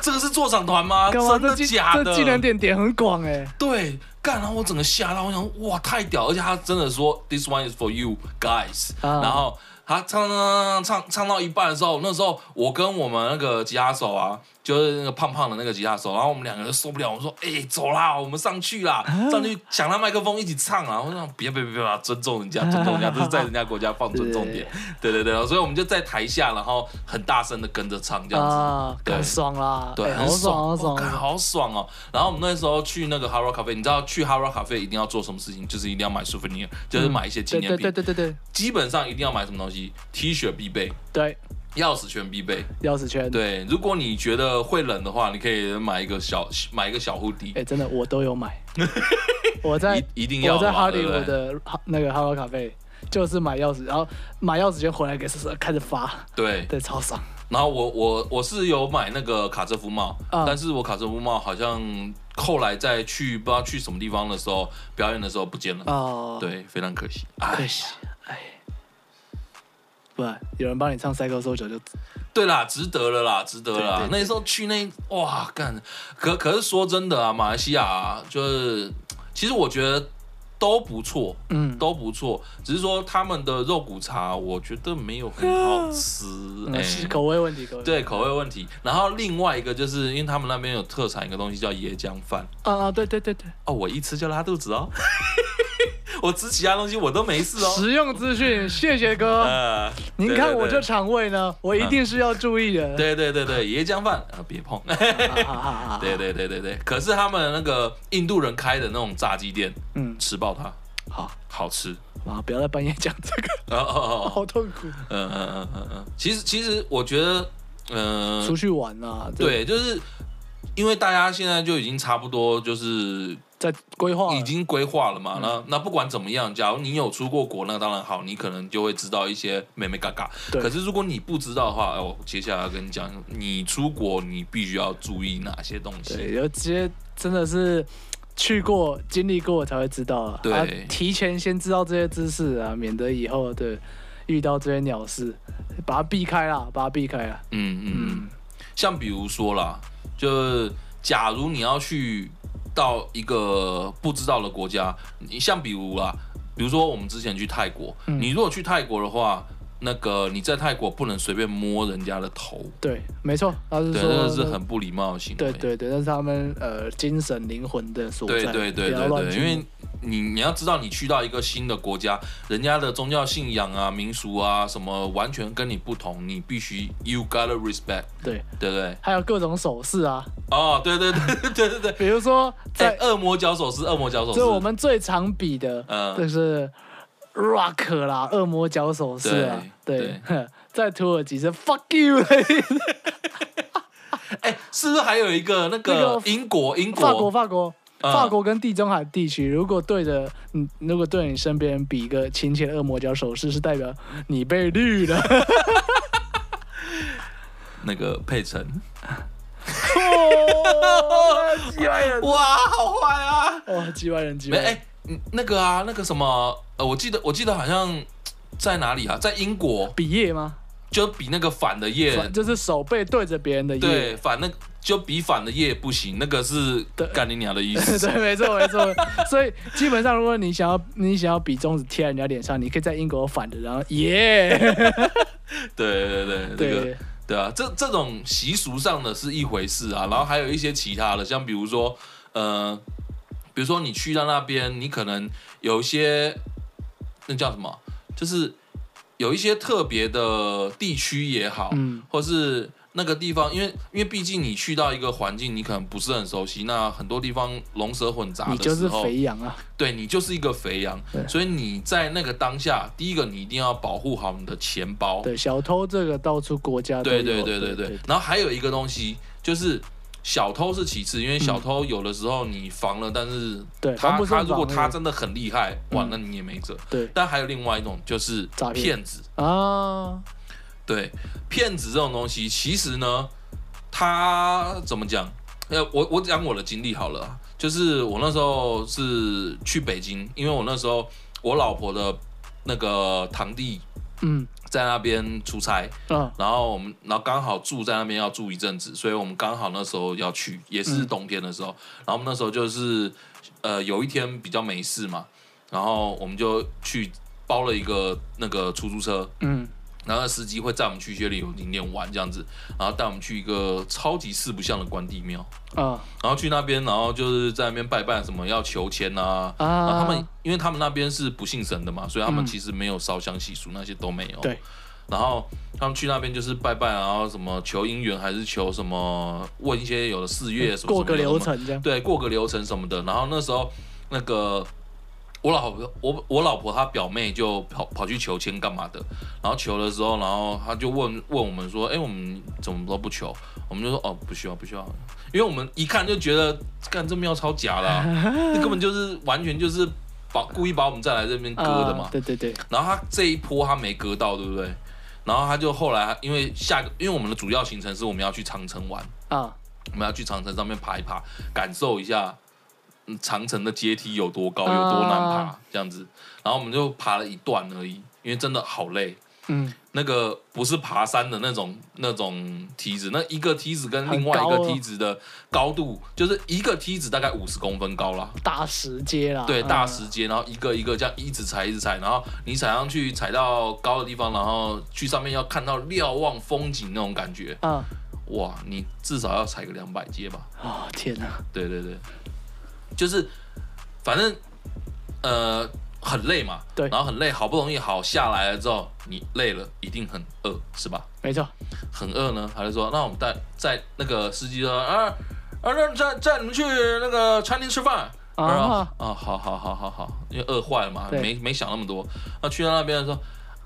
这个是做场团吗？
干嘛？
真
这
的
技
假的？
这技能点点很广哎、
对，干，然后我整个吓到，我想说哇太屌，而且他真的说 this one is for you guys，、
啊
然后他唱唱唱唱唱唱到一半的时候，那时候我跟我们那个吉他手啊，就是那个胖胖的那个吉他手，然后我们两个人受不了，我们说：“哎、走啦，我们上去啦，上去抢他麦克风一起唱啊！”我说：“别别别别，尊重人家，尊重人家，这是在人家国家放尊重点。”对对对，所以我们就在台下，然后很大声的跟着唱这样子。
啊，
对
很爽啦，
对，
哎
很
好爽，好
爽，
爽
哦，干好爽哦！然后我们那时候去那个 Haro Cafe，你知道去 Haro Cafe 一定要做什么事情，就是一定要买 souvenir，就是买一些纪
对
念
嗯对对
品。
对对对
基本上一定要买什么东西，T 恤必备，
对，
钥匙圈必备。
钥匙圈，，
对，如果你觉得会冷的话，你可以买一个小买一个小护底，
哎，真的我都有 买，我在
一一定要
我在
的嘛
哈
对
利
不
我
对
的哈那个哈罗咖啡。就是买钥匙，然后买钥匙圈回来给瑟瑟开始发，
对，
对，超爽。
然后我我我是有买那个卡车夫帽，
嗯
但是我卡车夫帽好像后来在去不知道去什么地方的时候表演的时候不见了，
哦，，
对，非常可惜。哎
可，惜，哎，不然有人帮你唱《Psycho Soldier》就
对啦，值得了啦，值得了啦
对对。对
那时候去那哇干，可可是说真的啊，马来西亚、啊、就是其实我觉得都不错，
嗯，
都不错，只是说他们的肉骨茶我觉得没有很好吃，
嗯
哎、
是口味问题，口味
对口味问题。然后另外一个就是因为他们那边有特产一个东西叫椰浆饭，
啊啊，对对对对，
哦，我一吃就拉肚子哦， 我吃其他东西我都没事哦。
实用资讯，谢谢 哥。
呃，
您
对
哦看
对
我
对嗯
这肠胃呢，我一定是要注意的。 啊
对对对对，椰浆饭啊，别碰。
哈哈哈哈，
对对对对对，可是他们那个印度人开的那种炸鸡店，
嗯，
吃爆它，
好，
好吃。
啊，不要在半夜讲这
哦
个，
哦哦，
好痛苦。
嗯嗯嗯嗯嗯，其实其实我觉得，嗯、
出去玩啊，这，
对，就是因为大家现在就已经差不多就是
在规划
已经规划了嘛，
嗯
那那不管怎么样，假如你有出过国，那当然好，你可能就会知道一些美美嘎嘎。
对
可是如果你不知道的话，哎，我接下来要跟你讲，你出国你必须要注意哪些东
对，
西。嗯
有些真的是去过、经历过才会知道啊。
对
啊提前先知道这些知识啊，免得以后对遇到这些鸟事，把它避开啦，把它避开啦。
嗯嗯嗯
嗯，，
像比如说啦，就是假如你要去到一个不知道的国家，你像比如啦，比如说我们之前去泰国，
嗯
你如果去泰国的话，那个你在泰国不能随便摸人家的头，
对，没错，他是
对，
说
那个是很不礼貌的行为。
对对对，那是他们呃精神灵魂的所
对
在，
对对
不要
对
乱
对，
去
因为你你要知道，你去到一个新的国家，人家的宗教信仰啊、民俗啊什么完全跟你不同，你必须 you gotta respect，
对，
对不对？
还有各种手势啊，
哦，对对对对对对。
比如说
在
在
恶魔脚哎手是恶魔脚手是
这我们最常比的，
嗯
就是 rock 啦，恶魔脚手势啊，
对
对， 在土耳其是 fuck you 的意思
哎、是不是还有一个那
那
个
个
英国英国
法国法国。
嗯
法国跟地中海地区，如果对着你，如果对你身边人比一个亲切的恶魔脚手势，是代表你被 绿了。
那个佩岑？
哦，几万人，
哇，好坏啊！
哦，几万人，几
没
万人。
哎、嗯那个啊，那个什么呃，我记得我记得好像在哪里啊，在英国
比耶吗？
就比那个反的夜，
就是手背对着别人的
对
耶。
反那就比反的夜不行，那个是
对
干你娘的意思。
对，没错没错。所以基本上，如果你想要你想要比中指贴在人家脸上，你可以在英国反着，然后耶，
对对对，这个
对，
对啊，这这种习俗上的是一回事啊，然后还有一些其他的，像比如说，呃，比如说你去到那边，你可能有一些那叫什么，就是有一些特别的地区也好，
嗯
或是那个地方，因为因为毕竟你去到一个环境，你可能不是很熟悉，那很多地方龙蛇混杂
你
的
就
时
是
候，
肥羊啊，
对你就是一个肥羊，
对
所以你在那个当下，第一个你一定要保护好你的钱包，
对，小偷这个到处国家啊都
对
有，
对对对对。然后还有一个东西就是。小偷是其次，因为小偷有的时候你防了，但是
嗯对
他
防不胜
他
防
如果他
那个
真的很厉害，哇，
嗯
那你也没辙。
对
但还有另外一种就是
诈骗
骗子，
啊，
对，骗子这种东西，其实呢，他怎么讲？呃，我我讲我的经历好了啊，就是我那时候是去北京，因为我那时候我老婆的那个堂弟
嗯
在那边出差，
啊，
然后我们，然后刚好住在那边要住一阵子，所以我们刚好那时候要去，也是冬天的时候。然后我们那时候就是，呃，有一天比较没事嘛，然后我们就去包了一个那个出租车，
嗯
然后那司机会载我们去一些旅游景点玩这样子，然后带我们去一个超级四不像的关帝庙，
啊
然后去那边，然后就是在那边拜拜，什么要求签啊。然后
啊！
他们，因为他们那边是不信神的嘛，所以他们
嗯
其实没有烧香习俗，那些都没有。
对。
然后他们去那边就是拜拜，然后什么求姻缘，还是求什么问一些有的四月什么
嗯
什么
过个
的
流，
什么
程这样，
对，过个流程什么的。然后那时候那个我老婆，我我老婆她表妹就跑跑去求签干嘛的，然后求的时候，然后她就问问我们说，哎，我们怎么都不求？我们就说哦，不需要，不需要，因为我们一看就觉得，干这庙超假的啊、这根本就是完全就是把故意把我们再来这边割的嘛
啊。对对对，
然后他这一波他没割到，对不对？然后他就后来因为下个，因为我们的主要行程是我们要去长城玩，
啊
我们要去长城上面爬一爬，感受一下嗯长城的阶梯有多高，
啊
有多难爬这样子。然后我们就爬了一段而已，因为真的好累。
嗯，
那个不是爬山的那种那种梯子，那一个梯子跟另外一
很
个
高哦
梯子的高度，就是一个梯子大概五十公分高啦。
大石阶啦，
对，
嗯
大石阶，然后一个一个这样一直踩，一直踩，然后你踩上去，踩到高的地方，然后去上面要看到瞭望风景那种感觉，
啊
哇，你至少要踩个两百阶吧？
哦天哪，
对对对，就是反正呃很累嘛，
对
然后很累，好不容易好下来了之后，你累了一定很饿，是吧？
没错，
很饿呢，还是说那我们带在那个司机说啊啊那载载你们去那个餐厅吃饭。
啊
然后啊，好好好好好，因为饿坏了嘛，
对
没没想那么多。那去到那边说，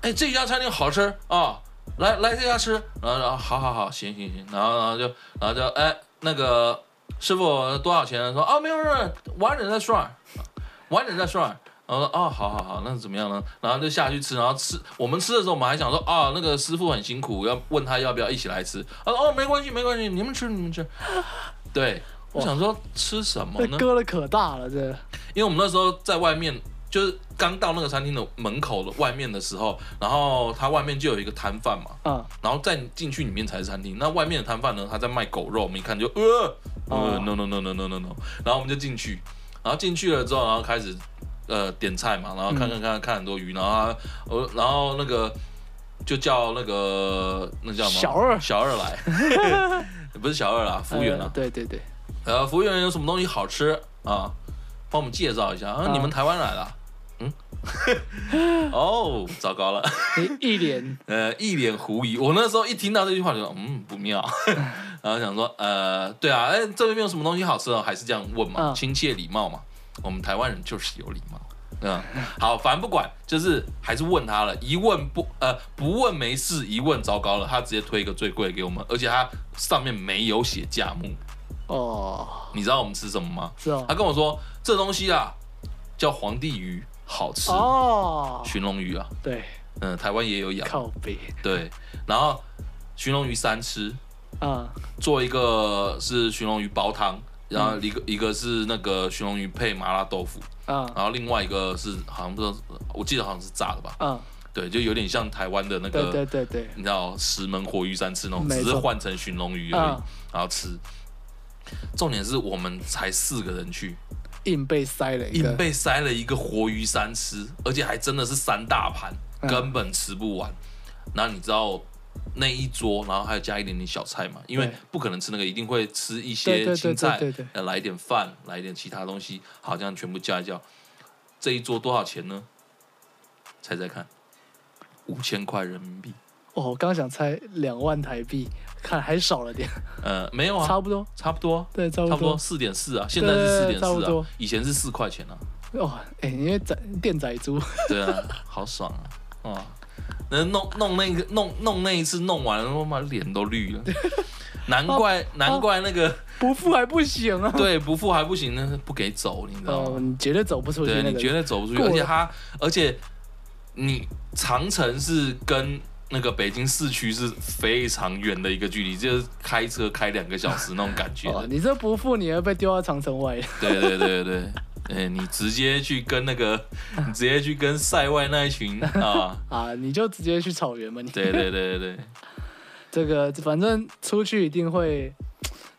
哎，这家餐厅好吃啊，来来这家吃。然后然后好好好，行行行，然后然后就然后就哎那个师傅多少钱？说啊没有没有，晚点再算，晚点再算。然后说哦，好好好，那怎么样呢？然后就下去吃，然后吃我们吃的时候，我们还想说啊，那个师傅很辛苦，要问他要不要一起来吃。他说哦，没关系没关系，你们吃你们吃。 对，我想说吃什么呢
这？割的可大了，这
因为我们那时候在外面，就是刚到那个餐厅的门口的外面的时候，然后它外面就有一个摊贩嘛，
啊
然后再进去里面才是餐厅。那外面的摊贩呢，他在卖狗肉，我们一看就呃呃
哦
no no no no no no no，然后我们就进去，然后进去了之后，然后开始呃点菜嘛，然后看看看看很多鱼，然后他呃然后那个就叫那个那叫什么
小二
小二来， 不是小二啦，服务员啦
呃，对对对，
呃，服务员有什么东西好吃啊？帮我们介绍一下啊！
啊
你们台湾来的啊？嗯， 哦，糟糕了，
你一脸
呃，一脸狐疑。我那时候一听到这句话，就说嗯不妙， 然后想说呃，对啊，哎，这边有什么东西好吃哦的？还是这样问嘛，
嗯
亲切礼貌嘛。我们台湾人就是有礼貌。嗯，好，反正不管，就是还是问他了，一问不呃不问没事，一问糟糕了，他直接推一个最贵给我们，而且他上面没有写价目，
哦，
你知道我们吃什么吗？
是哦
他，跟我说这东西啊叫皇帝鱼，好吃，
哦，
寻龙鱼啊，
对，
嗯，台湾也有养，
靠背
对，然后寻龙鱼三吃，
啊
做一个是寻龙鱼煲汤，然
嗯
后一个、一个是那个寻龙鱼配麻辣豆腐，
啊
然后另外一个是好像不知道，我记得好像是炸的吧，
啊，
对，就有点像台湾的那
对
个，
对对对，
你知道石门活鱼三吃那种，
没
只
错
是换成寻龙鱼而已，
嗯
然后吃。重点是我们才四个人去，
硬被塞了一
硬
个，
被塞了一个活鱼三吃，而且还真的是三大盘，
嗯
根本吃不完。然后你知道那一桌，然后还有加一点点小菜嘛，因为
对
不可能吃那个，一定会吃一
对对
些
对
青菜
对对对，
呃来一点饭，来一点其他东西，好像全部加一加。这一桌多少钱呢？猜猜看，五千块人民币。
哦，我刚想猜两万台币，看还少了点，
呃，没有啊，
差不多，
差不多啊，
对，差
差
不
不多
多，
四点四啊，现在是四点
对对对差不
四啊
多，
以前是四块钱啊。
哦，哎，因为仔电仔猪，
对啊，好爽啊！哇，那弄弄那个弄弄那一次弄完了，我妈脸都绿 了。难
哦
怪、难怪那个、
不付还不行啊！
对不付还不行，那不给走，你知道
哦，
吗？
你绝对走不出去
对
那
你绝
个。
对走不出去，
过
而
了
且他而且你长城是跟那个北京市区是非常远的一个距离，就是开车开两个小时那种感觉
哦，你这不付，你要被丢到长城外。
对对对对，哎、你直接去跟那个， 你直接去跟塞外那一群啊，
啊，你就直接去草原吧你。
对对对对对。
这个反正出去一定会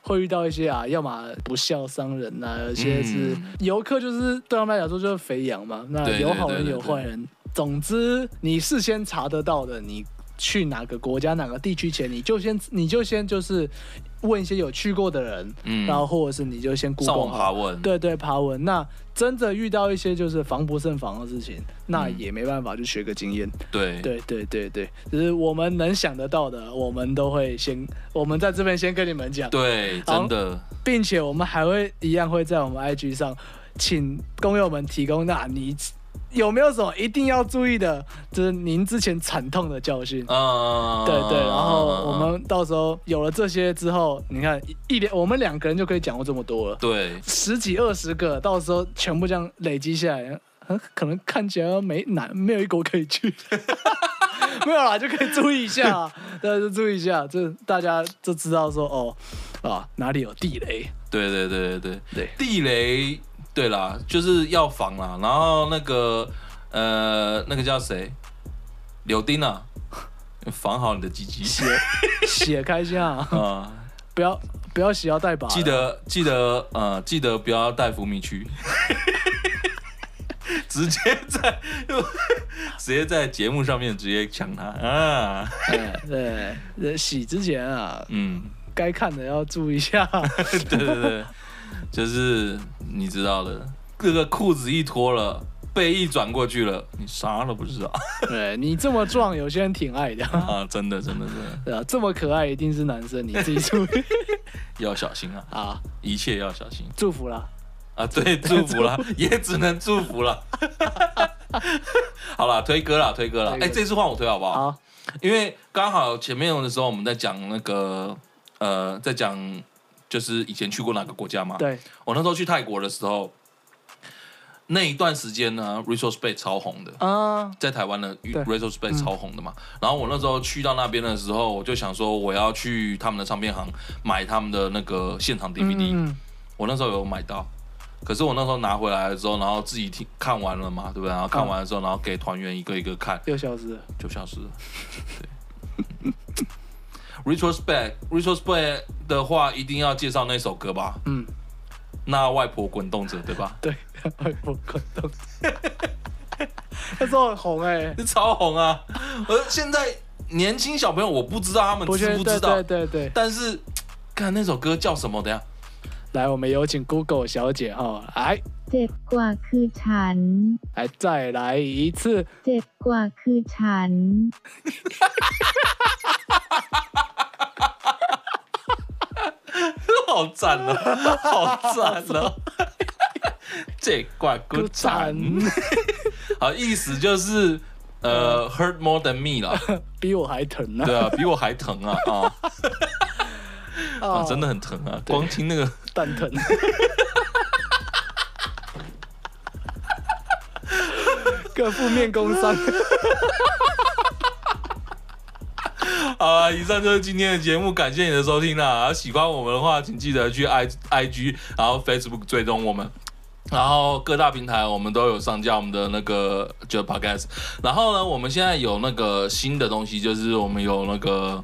会遇到一些啊，要么不孝商人呐、有些是
嗯
游客，就是对他们来讲说就是肥羊嘛。那
对对
有好人
对对
有坏人，总之你事先查得到的，你去哪个国家、哪个地区前，你就先你就先就是问一些有去过的人，
嗯
然后或者是你就先 Google
上网
好
爬文
对对，爬文。那真的遇到一些就是防不胜防的事情，那
嗯
也没办法，就学个经验。
对
对对对对，只是我们能想得到的，我们都会先，我们在这边先跟你们讲，
对，
好
真的，
并且我们还会一样会在我们 IG 上，请工友们提供那你有没有什么一定要注意的，就是您之前惨痛的教训。
嗯，
对对，然后我们到时候有了这些之后，你看一一连我们两个人就可以讲过这么多了，
对
十几二十个，到时候全部这样累积下来，很可能看起来没哪没有一国可以去。 没有啦，就可以注意一下啊， 大家就注意一下，这大家就知道说哦，啊哪里有地雷，
对对对对对
对
地雷，对啦，就是要防啦。然后那个呃，那个叫谁，柳丁啊，防好你的鸡鸡
血开心啊，
啊。
不要不要洗要带把，
记得记得呃，记得不要带浮米区， 直接在 直接在节目上面直接抢他啊，
哎对，呃洗之前啊，
嗯，
该看的要注意 一下，
对对对，就是你知道的，这个裤子一脱了，背一转过去了，你啥都不知道
对你这么壮，有些人挺爱的。
啊，真的真的真的
对啊，这么可爱一定是男生，你自己注 意
要小心 啊，
啊！
一切要小心
祝福啦，
啊，对，祝 福了，也只能祝福了。 好了，推歌了，推歌了。
推
哎、
歌
这次换我推好不好？
好，
因为刚好前面的时候我们在讲那个呃，在讲就是以前去过哪个国家嘛。
对，
我那时候去泰国的时候，那一段时间呢，Resource Bay 超红的，
啊，
在台湾的
对嗯
Resource Bay 超红的嘛。然后我那时候去到那边的时候，我就想说我要去他们的唱片行买他们的那个现场 DVD，、
嗯，嗯
我那时候有买到。可是我那时候拿回来了之后，然后自己听看完了嘛，对不对？然后看完了之后，然后给团员一个一个看，
六小时了，
九小时了。对，retrospect，retrospect 的话，一定要介绍那首歌吧？
嗯，
那外婆滚动着，对吧？
对， 外婆滚动， 那时候很红哎，
这超红啊！而现在年轻小朋友，我不知道他们
不
知
确
不
对
知道
对，对对，
但是看那首歌叫什么？等一下，
来，我们有请 Google 小姐哈，来，
เจ็บกว่าคือฉัน
来再来一次，
เจ็บกว่าคือฉัน
好赞 哦，好赞哦！这怪孤惨，好意思就是
嗯
呃，hurt more than me 啦，
比我还疼呢
对，啊，比我还疼啊啊！啊，
哦
真的很疼啊！光听那个，
蛋疼。 各负面工
啊
伤，
好啊，以上就是今天的节目，感谢你的收听啦、啊！喜欢我们的话，请记得去 i i g，然后 Facebook 追踪我们。然后各大平台我们都有上架我们的那个就是 podcast，然后呢，我们现在有那个新的东西，就是我们有那个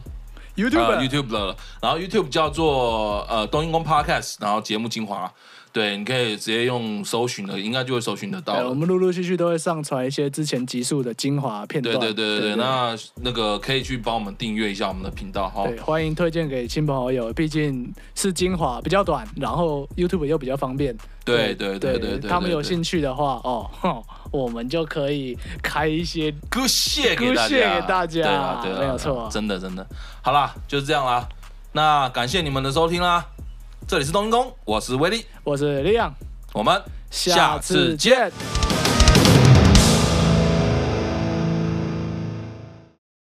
YouTuber
呃、YouTube 的，然后 YouTube 叫做呃冬阴功 podcast，然后节目精华，对，你可以直接用搜寻的，应该就会搜寻得到
对，
了
我。们陆陆续续都会上传一些之前集数的精华片段。
对对对对对，那那个可以去帮我们订阅一下我们的频道哈。
对欢迎推荐给亲朋好友，毕竟是精华，比较短，然后 YouTube 又比较方便。
对对对对对，
他们有
对
兴趣的话，哦， 哼我们就可以开一些。
歌谢给大家，
歌谢给大家
对啦对啦，啊
没有错
真的真的。好啦，就是这样啦。那感谢你们的收听啦，这里是冬阴功，我是威力，
我是亮，
我们
下次见。